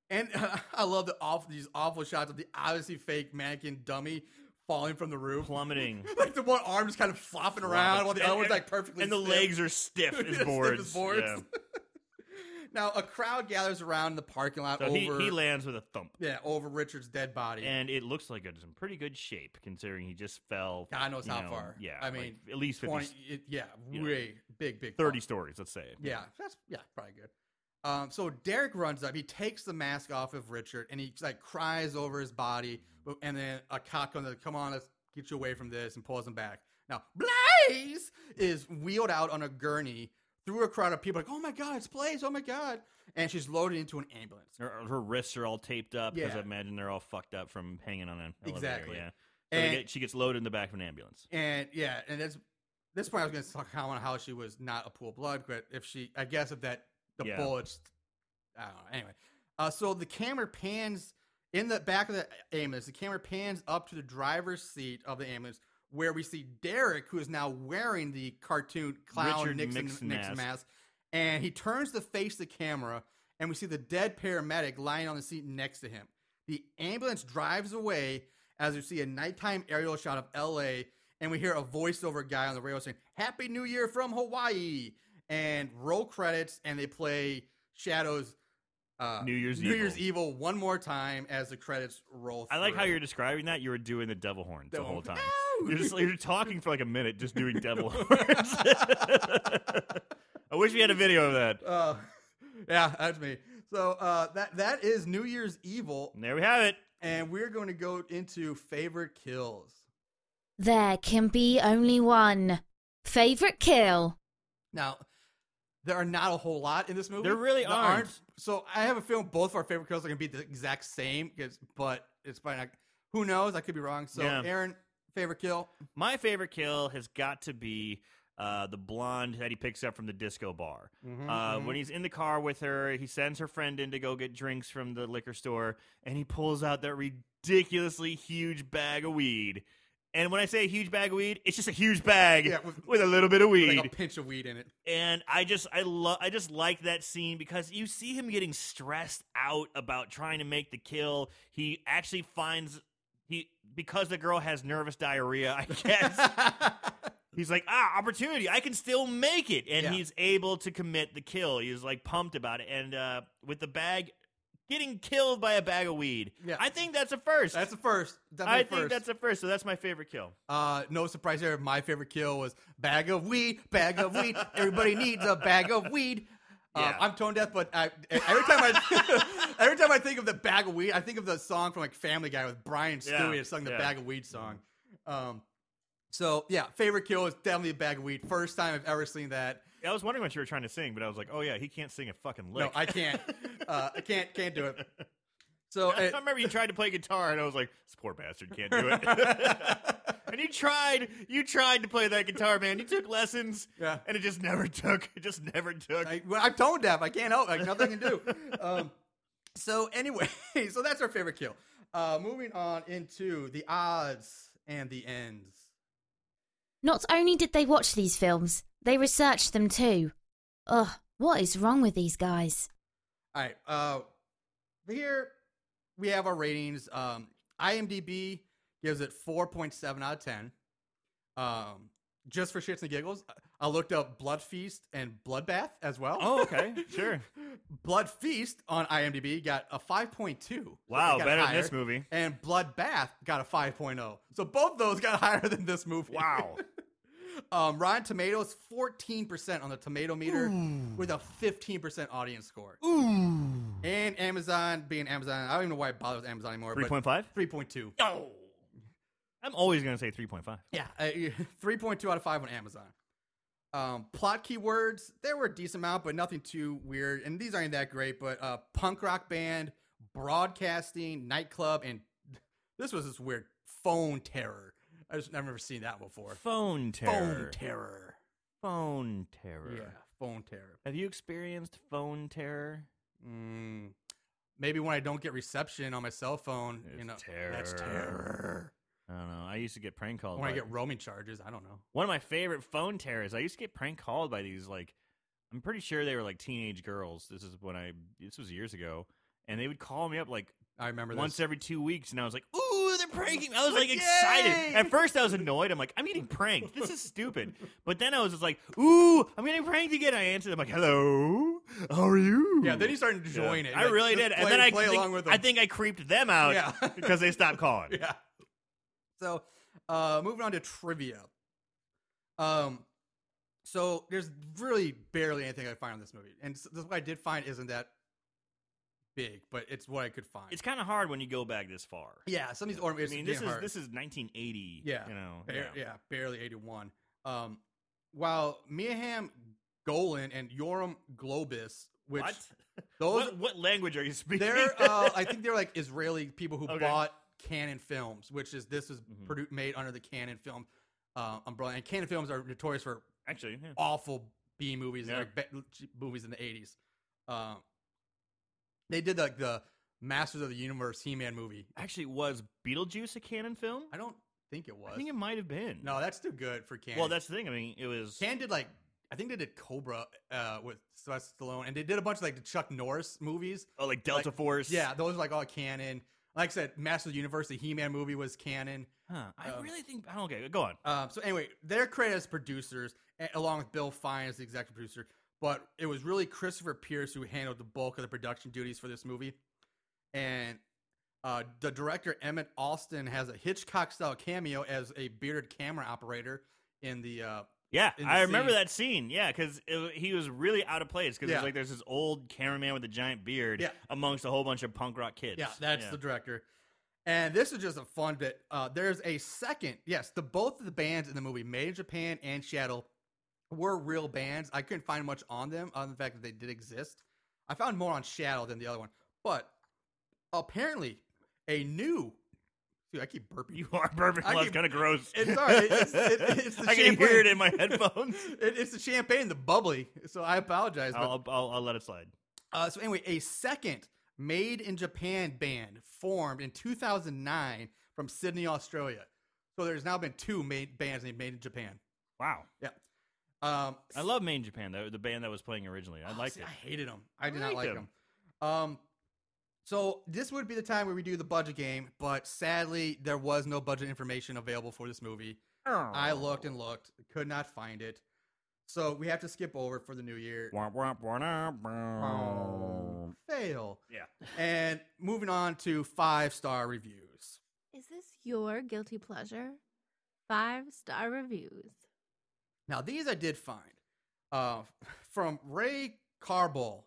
Speaker 1: And I love the awful, these awful shots of the obviously fake mannequin dummy falling from the roof.
Speaker 3: Plummeting.
Speaker 1: like the one arm is kind of flopping around while the
Speaker 3: And-
Speaker 1: other one's
Speaker 3: and-
Speaker 1: like perfectly
Speaker 3: And the
Speaker 1: stiff.
Speaker 3: legs are stiff
Speaker 1: Yeah,
Speaker 3: as
Speaker 1: stiff as
Speaker 3: boards.
Speaker 1: boards.
Speaker 3: Yeah.
Speaker 1: now a crowd gathers around the parking lot
Speaker 3: So he,
Speaker 1: over
Speaker 3: he lands with a thump.
Speaker 1: yeah over richard's dead body
Speaker 3: And it looks like it's in pretty good shape considering he just fell.
Speaker 1: god knows
Speaker 3: you
Speaker 1: how
Speaker 3: know,
Speaker 1: far
Speaker 3: Yeah.
Speaker 1: i
Speaker 3: like,
Speaker 1: mean
Speaker 3: at least 50,
Speaker 1: 20, it, yeah
Speaker 3: you know,
Speaker 1: way big big
Speaker 3: 30
Speaker 1: fall.
Speaker 3: stories, let's say.
Speaker 1: yeah that's yeah probably good um, so derek runs up he takes the mask off of richard and he like cries over his body but- and then a cop comes like, come on let's get you away from this and pulls him back now blaze is wheeled out on a gurney through a crowd of people like oh my god it's blaze oh my god and she's loaded into an ambulance
Speaker 3: Her, her wrists are all taped up because I
Speaker 1: Yeah.
Speaker 3: imagine they're all fucked up from hanging on an elevator.
Speaker 1: Exactly.
Speaker 3: Yeah. So they
Speaker 1: And-
Speaker 3: get, she gets loaded in the back of an ambulance.
Speaker 1: And yeah, and that's this point I was going to talk how on how she was not a pool of blood, but if she, I guess if that the
Speaker 3: Yeah.
Speaker 1: bullets, I don't know. Anyway, uh, so the camera pans in the back of the ambulance. The camera pans up to the driver's seat of the ambulance, where we see Derek, who is now wearing the cartoon clown
Speaker 3: Richard
Speaker 1: Nixon,
Speaker 3: Nixon
Speaker 1: Nixon,
Speaker 3: mask.
Speaker 1: mask. and he turns to face the camera, and we see the dead paramedic lying on the seat next to him. The ambulance drives away as we see a nighttime aerial shot of L.A. and we hear a voiceover guy on the radio saying "Happy New Year from Hawaii" and roll credits, and they play Shadows. Uh,
Speaker 3: New Year's
Speaker 1: New
Speaker 3: Evil.
Speaker 1: Year's Evil one more time as the credits roll.
Speaker 3: I like how
Speaker 1: through.
Speaker 3: you're describing that. You were doing the devil horns the
Speaker 1: Devil-
Speaker 3: whole time.
Speaker 1: No!
Speaker 3: You're, just, you're talking for like a minute, just doing devil horns. I wish we had a video of that.
Speaker 1: Uh, yeah, that's me. So uh, that that is New Year's Evil,
Speaker 3: And there we have it.
Speaker 1: and we're going to go into favorite kills.
Speaker 2: There can be only one. Favorite kill.
Speaker 1: Now, there are not a whole lot in this movie.
Speaker 3: There really aren't.
Speaker 1: So I have a feeling both of our favorite kills are going to be the exact same, 'cause- but it's probably not. Who knows? I could be wrong. So,
Speaker 3: Yeah.
Speaker 1: Aaron, favorite kill?
Speaker 3: My favorite kill has got to be uh, the blonde that he picks up from the disco bar. Uh,
Speaker 1: Mm-hmm.
Speaker 3: when he's in the car with her, he sends her friend in to go get drinks from the liquor store, and he pulls out that ridiculously huge bag of weed. And when I say a huge bag of weed, it's just a huge bag
Speaker 1: Yeah,
Speaker 3: with,
Speaker 1: with-
Speaker 3: a little bit of weed.
Speaker 1: Like a pinch of weed in it.
Speaker 3: and I just I love I just like that scene because you see him getting stressed out about trying to make the kill. He actually finds he because the girl has nervous diarrhea, I guess. He's like, ah, opportunity. I can still make it. And
Speaker 1: Yeah.
Speaker 3: he's able to commit the kill. He's like pumped about it. And uh, with the bag, getting killed by a bag of weed.
Speaker 1: Yeah.
Speaker 3: I think that's a first.
Speaker 1: that's the first. Definitely
Speaker 3: I
Speaker 1: first.
Speaker 3: think that's a first. So that's my favorite kill.
Speaker 1: Uh, no surprise there. My favorite kill was bag of weed, bag of weed. Everybody needs a bag of weed. Uh,
Speaker 3: Yeah.
Speaker 1: I'm tone deaf, but I, every time I every time I think of the bag of weed, I think of the song from like Family Guy with Brian Stewie
Speaker 3: Yeah,
Speaker 1: that sung the
Speaker 3: yeah. Mm-hmm.
Speaker 1: bag of weed song. Um, so yeah, favorite kill is definitely a bag of weed. First time I've ever seen that.
Speaker 3: I was wondering what you were trying to sing, but I was like, oh, yeah, he can't sing a fucking lick.
Speaker 1: No, I can't. uh, I can't can't do it. So
Speaker 3: I
Speaker 1: it,
Speaker 3: remember you tried to play guitar, and I was like, this poor bastard can't do it. and you tried, you tried to play that guitar, man. You took lessons,
Speaker 1: Yeah.
Speaker 3: and it just never took. It just never took.
Speaker 1: I, well, I'm tone deaf. I can't help. Like nothing can do. Um, so anyway, so that's our favorite kill. Uh, moving on into the odds and the ends.
Speaker 2: Not only did they watch these films, they researched them too. Ugh, what is wrong with these guys?
Speaker 1: All right. Uh, Here we have our ratings. Um, IMDb gives it 4.7 out of 10. Um, just for shits and giggles, I looked up Blood Feast and Bloodbath as well.
Speaker 3: Oh, okay, sure.
Speaker 1: Blood Feast on IMDb got a 5.2. so
Speaker 3: Wow,
Speaker 1: it got
Speaker 3: better than
Speaker 1: higher.
Speaker 3: this movie.
Speaker 1: And Bloodbath got a 5.0. So both those got higher than this movie.
Speaker 3: Wow.
Speaker 1: Um, Rotten Tomatoes, 14% on the tomato meter with a 15% audience score.
Speaker 3: Ooh.
Speaker 1: And Amazon being Amazon, I don't even know why it bothers Amazon anymore.
Speaker 3: Three point five.
Speaker 1: but 3.2.
Speaker 3: No. I'm always gonna say three point five.
Speaker 1: Yeah, uh, 3.2 out of 5 on Amazon. Um, plot keywords, there were a decent amount, but nothing too weird. And these aren't that great, but uh, punk rock band, broadcasting, nightclub, and this was this weird phone terror. I just I've never seen that before.
Speaker 3: Phone terror.
Speaker 1: Phone terror.
Speaker 3: Phone terror.
Speaker 1: Yeah, phone terror.
Speaker 3: Have you experienced phone terror?
Speaker 1: Mm, maybe when I don't get reception on my cell phone, you
Speaker 3: It's
Speaker 1: know, that's
Speaker 3: terror.
Speaker 1: terror.
Speaker 3: I don't know. I used to get prank calls.
Speaker 1: When I
Speaker 3: by-
Speaker 1: get roaming charges, I don't know.
Speaker 3: one of my favorite phone terrors. I used to get prank called by these like I'm pretty sure they were like teenage girls. This is when I this was years ago, and they would call me up like
Speaker 1: I remember
Speaker 3: once
Speaker 1: this.
Speaker 3: every two weeks, and I was like, "Ooh, they're pranking!" me." I was like
Speaker 1: Yay!
Speaker 3: excited. At first, I was annoyed. I'm like, "I'm getting pranked. This is stupid." But then I was just like, "Ooh, I'm getting pranked again." I answered. I'm like, "Hello, how are you?"
Speaker 1: Hmm. yeah, then you start enjoying it.
Speaker 3: I
Speaker 1: Like,
Speaker 3: really
Speaker 1: just
Speaker 3: did,
Speaker 1: play-
Speaker 3: and then I
Speaker 1: play
Speaker 3: think,
Speaker 1: along with
Speaker 3: I
Speaker 1: them.
Speaker 3: think I creeped them out
Speaker 1: Yeah.
Speaker 3: because they stopped calling.
Speaker 1: yeah. So, uh, moving on to trivia. Um, so there's really barely anything I find on this movie, and s this what I did find isn't that big, but it's what I could find.
Speaker 3: It's kind of hard when you go back this far.
Speaker 1: yeah, some of these ornaments.
Speaker 3: I mean, this is this is 1980.
Speaker 1: Yeah.
Speaker 3: you know,
Speaker 1: Bar- yeah. barely 81. Um, while Miaham Golan and Yoram Globus, which
Speaker 3: what?
Speaker 1: those
Speaker 3: what? What language are you speaking?
Speaker 1: they're uh, I think they're like Israeli people who
Speaker 3: Okay.
Speaker 1: bought Canon Films, which is this is
Speaker 3: Mhm.
Speaker 1: produ- made under the Canon Film uh, umbrella. And Canon Films are notorious for
Speaker 3: actually. yeah.
Speaker 1: awful B movies,
Speaker 3: Yeah.
Speaker 1: like ba- cheap movies in the 80s. Um, they did like the Masters of the Universe He Man movie.
Speaker 3: Actually, was Beetlejuice a canon film?
Speaker 1: I don't think it was.
Speaker 3: I think it might have been.
Speaker 1: no, that's too good for Canon.
Speaker 3: Well, that's the thing. I mean, it was.
Speaker 1: Can did like I think they did Cobra uh, with Sylvester Stallone, and they did a bunch of like the Chuck Norris movies.
Speaker 3: oh, like Delta Force.
Speaker 1: Yeah, those were like all canon. Like I said, Master of the Universe, the He Man movie was canon.
Speaker 3: Huh. I
Speaker 1: Um,
Speaker 3: really think. oh, Okay, go on.
Speaker 1: Um, so anyway, they're credited as producers a- along with Bill Fine as the executive producer, but it was really Christopher Pierce who handled the bulk of the production duties for this movie, and. Uh, the director Emmett Alston has a Hitchcock-style cameo as a bearded camera operator in the uh,
Speaker 3: Yeah,
Speaker 1: in the
Speaker 3: I remember
Speaker 1: scene.
Speaker 3: that scene. Yeah, because he was really out of place. Because
Speaker 1: Yeah.
Speaker 3: like there's this old cameraman with a giant beard
Speaker 1: Yeah.
Speaker 3: amongst a whole bunch of punk rock kids.
Speaker 1: Yeah, that's the director. And this is just a fun bit. Uh, there's a second, yes, the both of the bands in the movie, Made in Japan and Shadow, were real bands. I couldn't find much on them, other than the fact that they did exist. I found more on Shadow than the other one, but apparently, a new. Dude, I keep burping.
Speaker 3: you are perfect.
Speaker 1: I
Speaker 3: Well,
Speaker 1: keep-
Speaker 3: kind of gross.
Speaker 1: It's all right. It's- it- it's the
Speaker 3: I can hear
Speaker 1: champagne.
Speaker 3: it in my headphones. Oh,
Speaker 1: It, it's the champagne, the bubbly. So I apologize. but-
Speaker 3: I'll, I'll, I'll let it slide.
Speaker 1: Uh, so anyway, a second Made in Japan band formed in 2009 from Sydney, Australia. So there's now been two made bands named Made in Japan.
Speaker 3: Wow.
Speaker 1: Um,
Speaker 3: I love Main Japan, though, the band that was playing originally. I
Speaker 1: oh,
Speaker 3: liked
Speaker 1: see,
Speaker 3: it.
Speaker 1: I hated them. I did not
Speaker 3: liked
Speaker 1: like them. Um, so this would be the time where we do the budget game, but sadly there was no budget information available for this movie. I looked and looked, could not find it. So we have to skip over for the new year.
Speaker 3: Womp, womp, womp, womp.
Speaker 1: Fail.
Speaker 3: Yeah.
Speaker 1: And moving on to five star reviews.
Speaker 4: Is this your guilty pleasure? Five star reviews.
Speaker 1: Now, these I did find uh, from Ray Carball.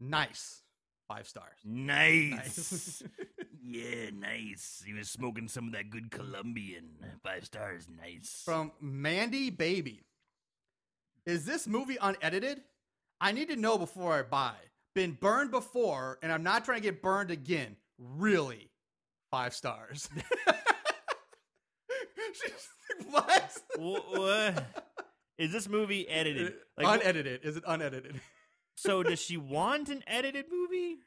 Speaker 1: Nice. Five stars.
Speaker 3: Nice. yeah, nice. He was smoking some of that good Colombian. Five stars, nice.
Speaker 1: from Mandy Baby. Is this movie unedited? I need to know before I buy. Been burned before, and I'm not trying to get burned again. Really? Five stars. She's like, what?
Speaker 3: Wh- what? Is this movie edited? Like, wh-
Speaker 1: unedited. Is it unedited?
Speaker 3: so does she want an edited movie?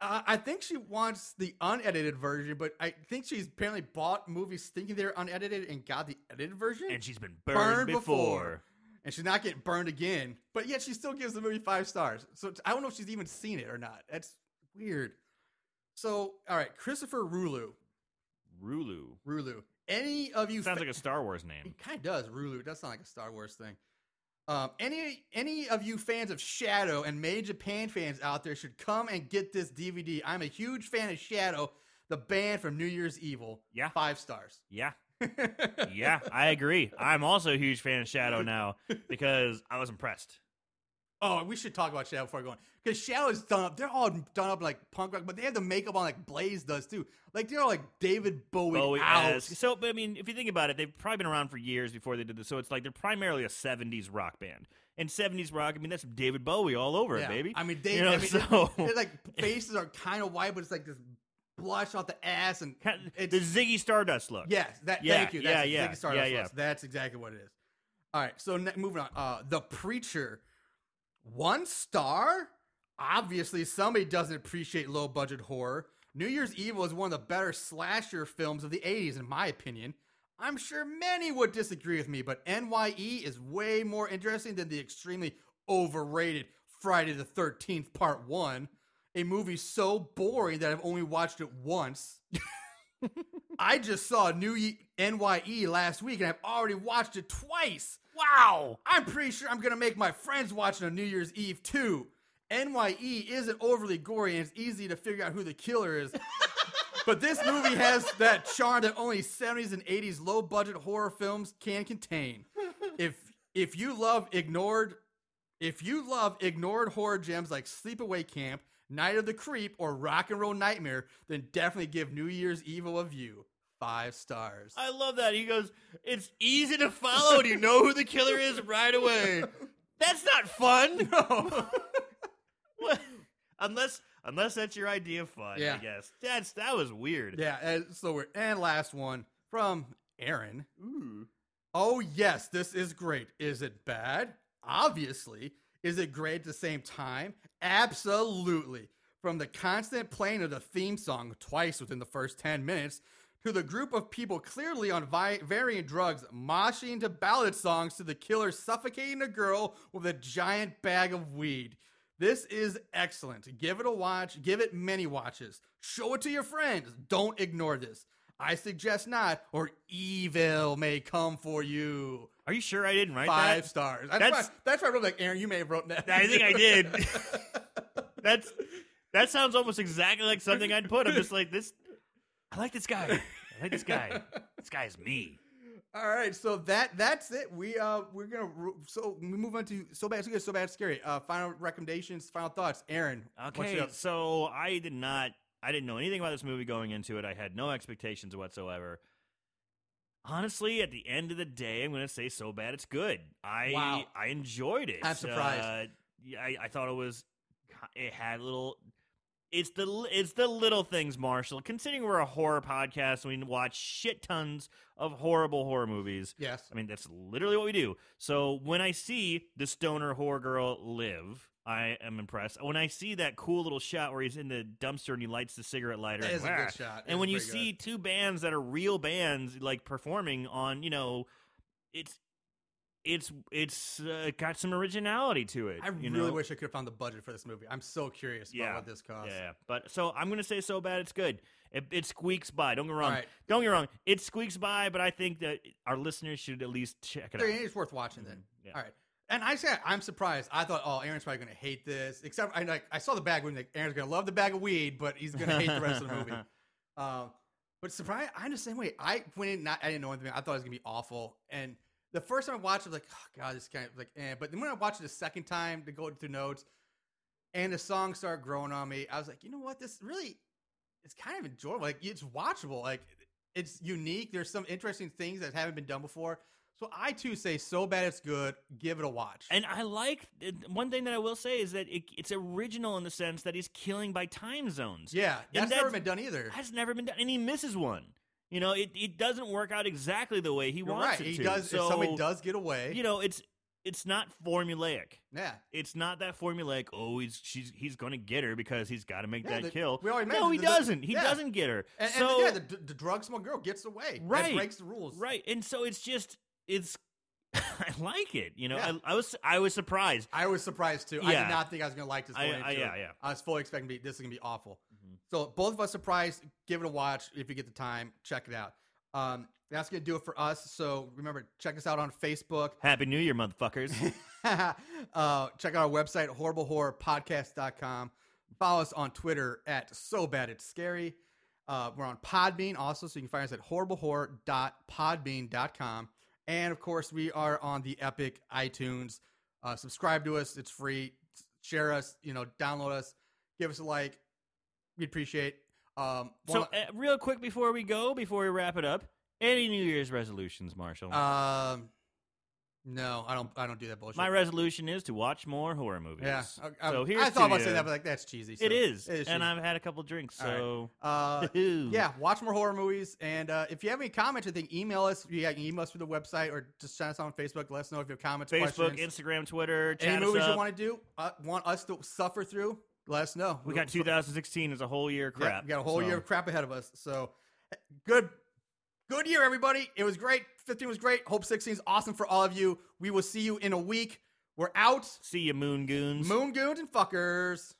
Speaker 1: Uh, I think she wants the unedited version, but I think she's apparently bought movies thinking they're unedited and got the edited version.
Speaker 3: And she's been burned,
Speaker 1: Burned
Speaker 3: before.
Speaker 1: before. and she's not getting burned again, but yet she still gives the movie five stars. So t- I don't know if she's even seen it or not. That's weird. So, all right, Christopher Rulu.
Speaker 3: Rulu.
Speaker 1: Rulu. Any of you
Speaker 3: Sounds
Speaker 1: fa-
Speaker 3: like a Star Wars
Speaker 1: It
Speaker 3: name.
Speaker 1: kind of does, Rulu. It does sound like a Star Wars thing. Um, any any of you fans of Shadow and Made in Japan fans out there should come and get this DVD. I'm a huge fan of Shadow, the band from New Year's Evil.
Speaker 3: Yeah.
Speaker 1: Five stars.
Speaker 3: Yeah. Yeah. I agree. I'm also a huge fan of Shadow now because I was impressed.
Speaker 1: Oh, we should talk about Shadow before going because Shadow is done up. They're all done up like punk rock, but they have the makeup on like Blaze does too. Like they're all like David Bowie.
Speaker 3: Bowie
Speaker 1: out.
Speaker 3: esque. So, but I mean, if you think about it, they've probably been around for years before they did this. So it's like they're primarily a '70s rock band, and '70s rock. I mean, that's David Bowie all over
Speaker 1: Yeah.
Speaker 3: it, baby.
Speaker 1: I mean, they.
Speaker 3: You know,
Speaker 1: I mean,
Speaker 3: so-
Speaker 1: they- they're, like faces are kind of white, but it's like this blush off the ass and
Speaker 3: Kind-
Speaker 1: it's
Speaker 3: the Ziggy Stardust look.
Speaker 1: Yes, that.
Speaker 3: Yeah,
Speaker 1: thank you. That's
Speaker 3: yeah,
Speaker 1: yeah,
Speaker 3: yeah,
Speaker 1: Stardust
Speaker 3: yeah, yeah.
Speaker 1: Lust. That's exactly what it is. All right. So ne- moving on. Uh, the preacher, one star. Obviously, somebody doesn't appreciate low budget horror. New Year's Evil is one of the better slasher films of the '80s, in my opinion. I'm sure many would disagree with me, but NYE is way more interesting than the extremely overrated Friday the 13th Part 1, a movie so boring that I've only watched it once. I just saw New Ye- NYE last week and I've already watched it twice.
Speaker 3: Wow.
Speaker 1: I'm pretty sure I'm gonna make my friends watch it on New Year's Eve too. NYE isn't overly gory and it's easy to figure out who the killer is. but this movie has that charm that only 70s and 80s low budget horror films can contain. If if you love ignored if you love ignored horror gems like Sleepaway Camp, Night of the Creep, or Rock and Roll Nightmare, then definitely give New Year's Evil a view. Five stars.
Speaker 3: I love that. He goes, "It's easy to follow. and you know who the killer is right away?" That's not fun.
Speaker 1: No.
Speaker 3: What? unless, unless that's your idea of fun. I
Speaker 1: Yeah.
Speaker 3: guess that's that was weird.
Speaker 1: Yeah, and so weird. And last one from Aaron.
Speaker 3: Ooh.
Speaker 1: Oh yes, this is great. Is it bad? Obviously. Is it great at the same time? Absolutely. From the constant playing of the theme song twice within the first 10 minutes to the group of people clearly on vi- varying drugs moshing to ballad songs to the killer suffocating a girl with a giant bag of weed. This is excellent. Give it a watch. Give it many watches. Show it to your friends. Don't ignore this. I suggest not, or evil may come for you.
Speaker 3: Are you sure I didn't write
Speaker 1: Five
Speaker 3: that?
Speaker 1: stars. That's,
Speaker 3: That's-
Speaker 1: why, that's why I wrote like Aaron. You may have wrote that.
Speaker 3: I think I did. That's that sounds almost exactly like something I'd put. I'm just like this. I like this guy. I like this guy. This guy's me.
Speaker 1: All right, so that that's it. We uh we're gonna ru- so we move on to so bad so good so bad scary. Uh, final recommendations, final thoughts. Aaron, what's
Speaker 3: Okay,
Speaker 1: your-
Speaker 3: so I did not. I didn't know anything about this movie going into it. I had no expectations whatsoever. Honestly, at the end of the day, I'm going to say so bad it's good. I
Speaker 1: Wow.
Speaker 3: I enjoyed it.
Speaker 1: I'm surprised.
Speaker 3: Uh, yeah, I, I thought it was. It had little. It's the li- it's the little things, Marshall. Considering we're a horror podcast, we watch shit tons of horrible horror movies.
Speaker 1: yes,
Speaker 3: I mean, that's literally what we do. So when I see the stoner whore girl live, I am impressed. When I see that cool little shot where he's in the dumpster and he lights the cigarette lighter,
Speaker 1: that
Speaker 3: and
Speaker 1: is a
Speaker 3: wah.
Speaker 1: good shot.
Speaker 3: And
Speaker 1: It's
Speaker 3: when you
Speaker 1: pretty good.
Speaker 3: see two bands that are real bands like performing on, you know, it's it's it's uh, got some originality to it.
Speaker 1: I
Speaker 3: you
Speaker 1: really
Speaker 3: know?
Speaker 1: wish I could have found the budget for this movie. I'm so curious
Speaker 3: Yeah.
Speaker 1: about what this cost.
Speaker 3: Yeah, but so I'm gonna say so bad it's good. It, it squeaks by. Don't get me
Speaker 1: All
Speaker 3: wrong.
Speaker 1: right,
Speaker 3: Don't get me wrong. It squeaks by, but I think that our listeners should at least check it
Speaker 1: I
Speaker 3: out.
Speaker 1: mean, it's worth watching then.
Speaker 3: Mhm. Yeah.
Speaker 1: All right. And I said I'm surprised. I thought, oh, Aaron's probably gonna hate this. Except I like I saw the bag when like Aaron's gonna love the bag of weed, but he's gonna hate the rest of the movie. Um, but surprise, I'm the same way. I went in, not, I didn't know anything. I thought it was gonna be awful. And the first time I watched, it, I was like, oh, God, this kind of like. Eh. But then when I watched it the second time to go through notes, and the songs started growing on me, I was like, you know what, this really, it's kind of enjoyable. Like it's watchable. Like it's unique. There's some interesting things that haven't been done before. So I too say, so bad it's good. Give it a watch.
Speaker 3: And I like uh, one thing that I will say is that it, it's original in the sense that he's killing by time zones.
Speaker 1: yeah, that's never
Speaker 3: that's-
Speaker 1: been done either.
Speaker 3: has never been done, and he misses one. You know, it, it doesn't work out exactly the way he
Speaker 1: You're right.
Speaker 3: wants it
Speaker 1: He
Speaker 3: to.
Speaker 1: does.
Speaker 3: So,
Speaker 1: if somebody does get away,
Speaker 3: you know, it's it's not formulaic.
Speaker 1: yeah.
Speaker 3: It's not that formulaic. Oh, he's she's he's going to get her because he's got to make
Speaker 1: Yeah,
Speaker 3: that
Speaker 1: the-
Speaker 3: kill.
Speaker 1: we already
Speaker 3: no,
Speaker 1: mentioned
Speaker 3: he
Speaker 1: the- the-
Speaker 3: doesn't. He
Speaker 1: yeah.
Speaker 3: doesn't get her.
Speaker 1: And,
Speaker 3: so
Speaker 1: and yeah, the, the drug small girl gets away. That
Speaker 3: Right.
Speaker 1: breaks the rules.
Speaker 3: Right. And so it's just it's I like it. You know,
Speaker 1: Yeah.
Speaker 3: I, I was I was surprised.
Speaker 1: I was surprised too. I
Speaker 3: Yeah.
Speaker 1: did not think I was gonna like this.
Speaker 3: I-
Speaker 1: going
Speaker 3: I-
Speaker 1: into
Speaker 3: yeah,
Speaker 1: it.
Speaker 3: yeah. Mm-hmm.
Speaker 1: I was fully expecting to be, this is gonna be awful. So both of us surprised. Give it a watch if you get the time. Check it out. Um, that's gonna do it for us. So remember, check us out on Facebook.
Speaker 3: Happy New Year, motherfuckers.
Speaker 1: uh, check out our website, horriblehorrorpodcast.com. Follow us on Twitter at So Bad It's Scary. Uh, we're on Podbean also, so you can find us at horriblehorror.podbean.com. And of course, we are on the Epic iTunes. Uh, subscribe to us; it's free. S- Share us, you know, download us, give us a like. We'd appreciate. Um,
Speaker 3: so,
Speaker 1: one-
Speaker 3: uh, real quick before we go, before we wrap it up, any New Year's resolutions, Marshall?
Speaker 1: um, no, I don't. I don't do that bullshit.
Speaker 3: My resolution is to watch more horror movies.
Speaker 1: yeah. I, I,
Speaker 3: so here's
Speaker 1: I
Speaker 3: to
Speaker 1: thought about
Speaker 3: you.
Speaker 1: saying that, but like that's cheesy. so
Speaker 3: it is,
Speaker 1: It is
Speaker 3: and
Speaker 1: cheesy.
Speaker 3: I've had a couple drinks,
Speaker 1: All right.
Speaker 3: so
Speaker 1: Uh,
Speaker 3: Woohoo.
Speaker 1: yeah, watch more horror movies. And uh, if you have any comments or thing, email us. You can email us through the website or just send us on Facebook. Let us know if you have comments,
Speaker 3: Facebook,
Speaker 1: questions.
Speaker 3: Instagram, Twitter, chat
Speaker 1: any
Speaker 3: us
Speaker 1: movies
Speaker 3: up.
Speaker 1: you want to do, uh, want us to suffer through. Let us know.
Speaker 3: we got 2016 as a whole year of
Speaker 1: Yeah,
Speaker 3: crap.
Speaker 1: we got a whole
Speaker 3: so-
Speaker 1: year of crap ahead of us. So eh, good, good year, everybody. It was great. 15 was great. Hope 16 is awesome for all of you. We will see you in a week. We're out.
Speaker 3: See you, Moon Goons.
Speaker 1: Moon goons and fuckers.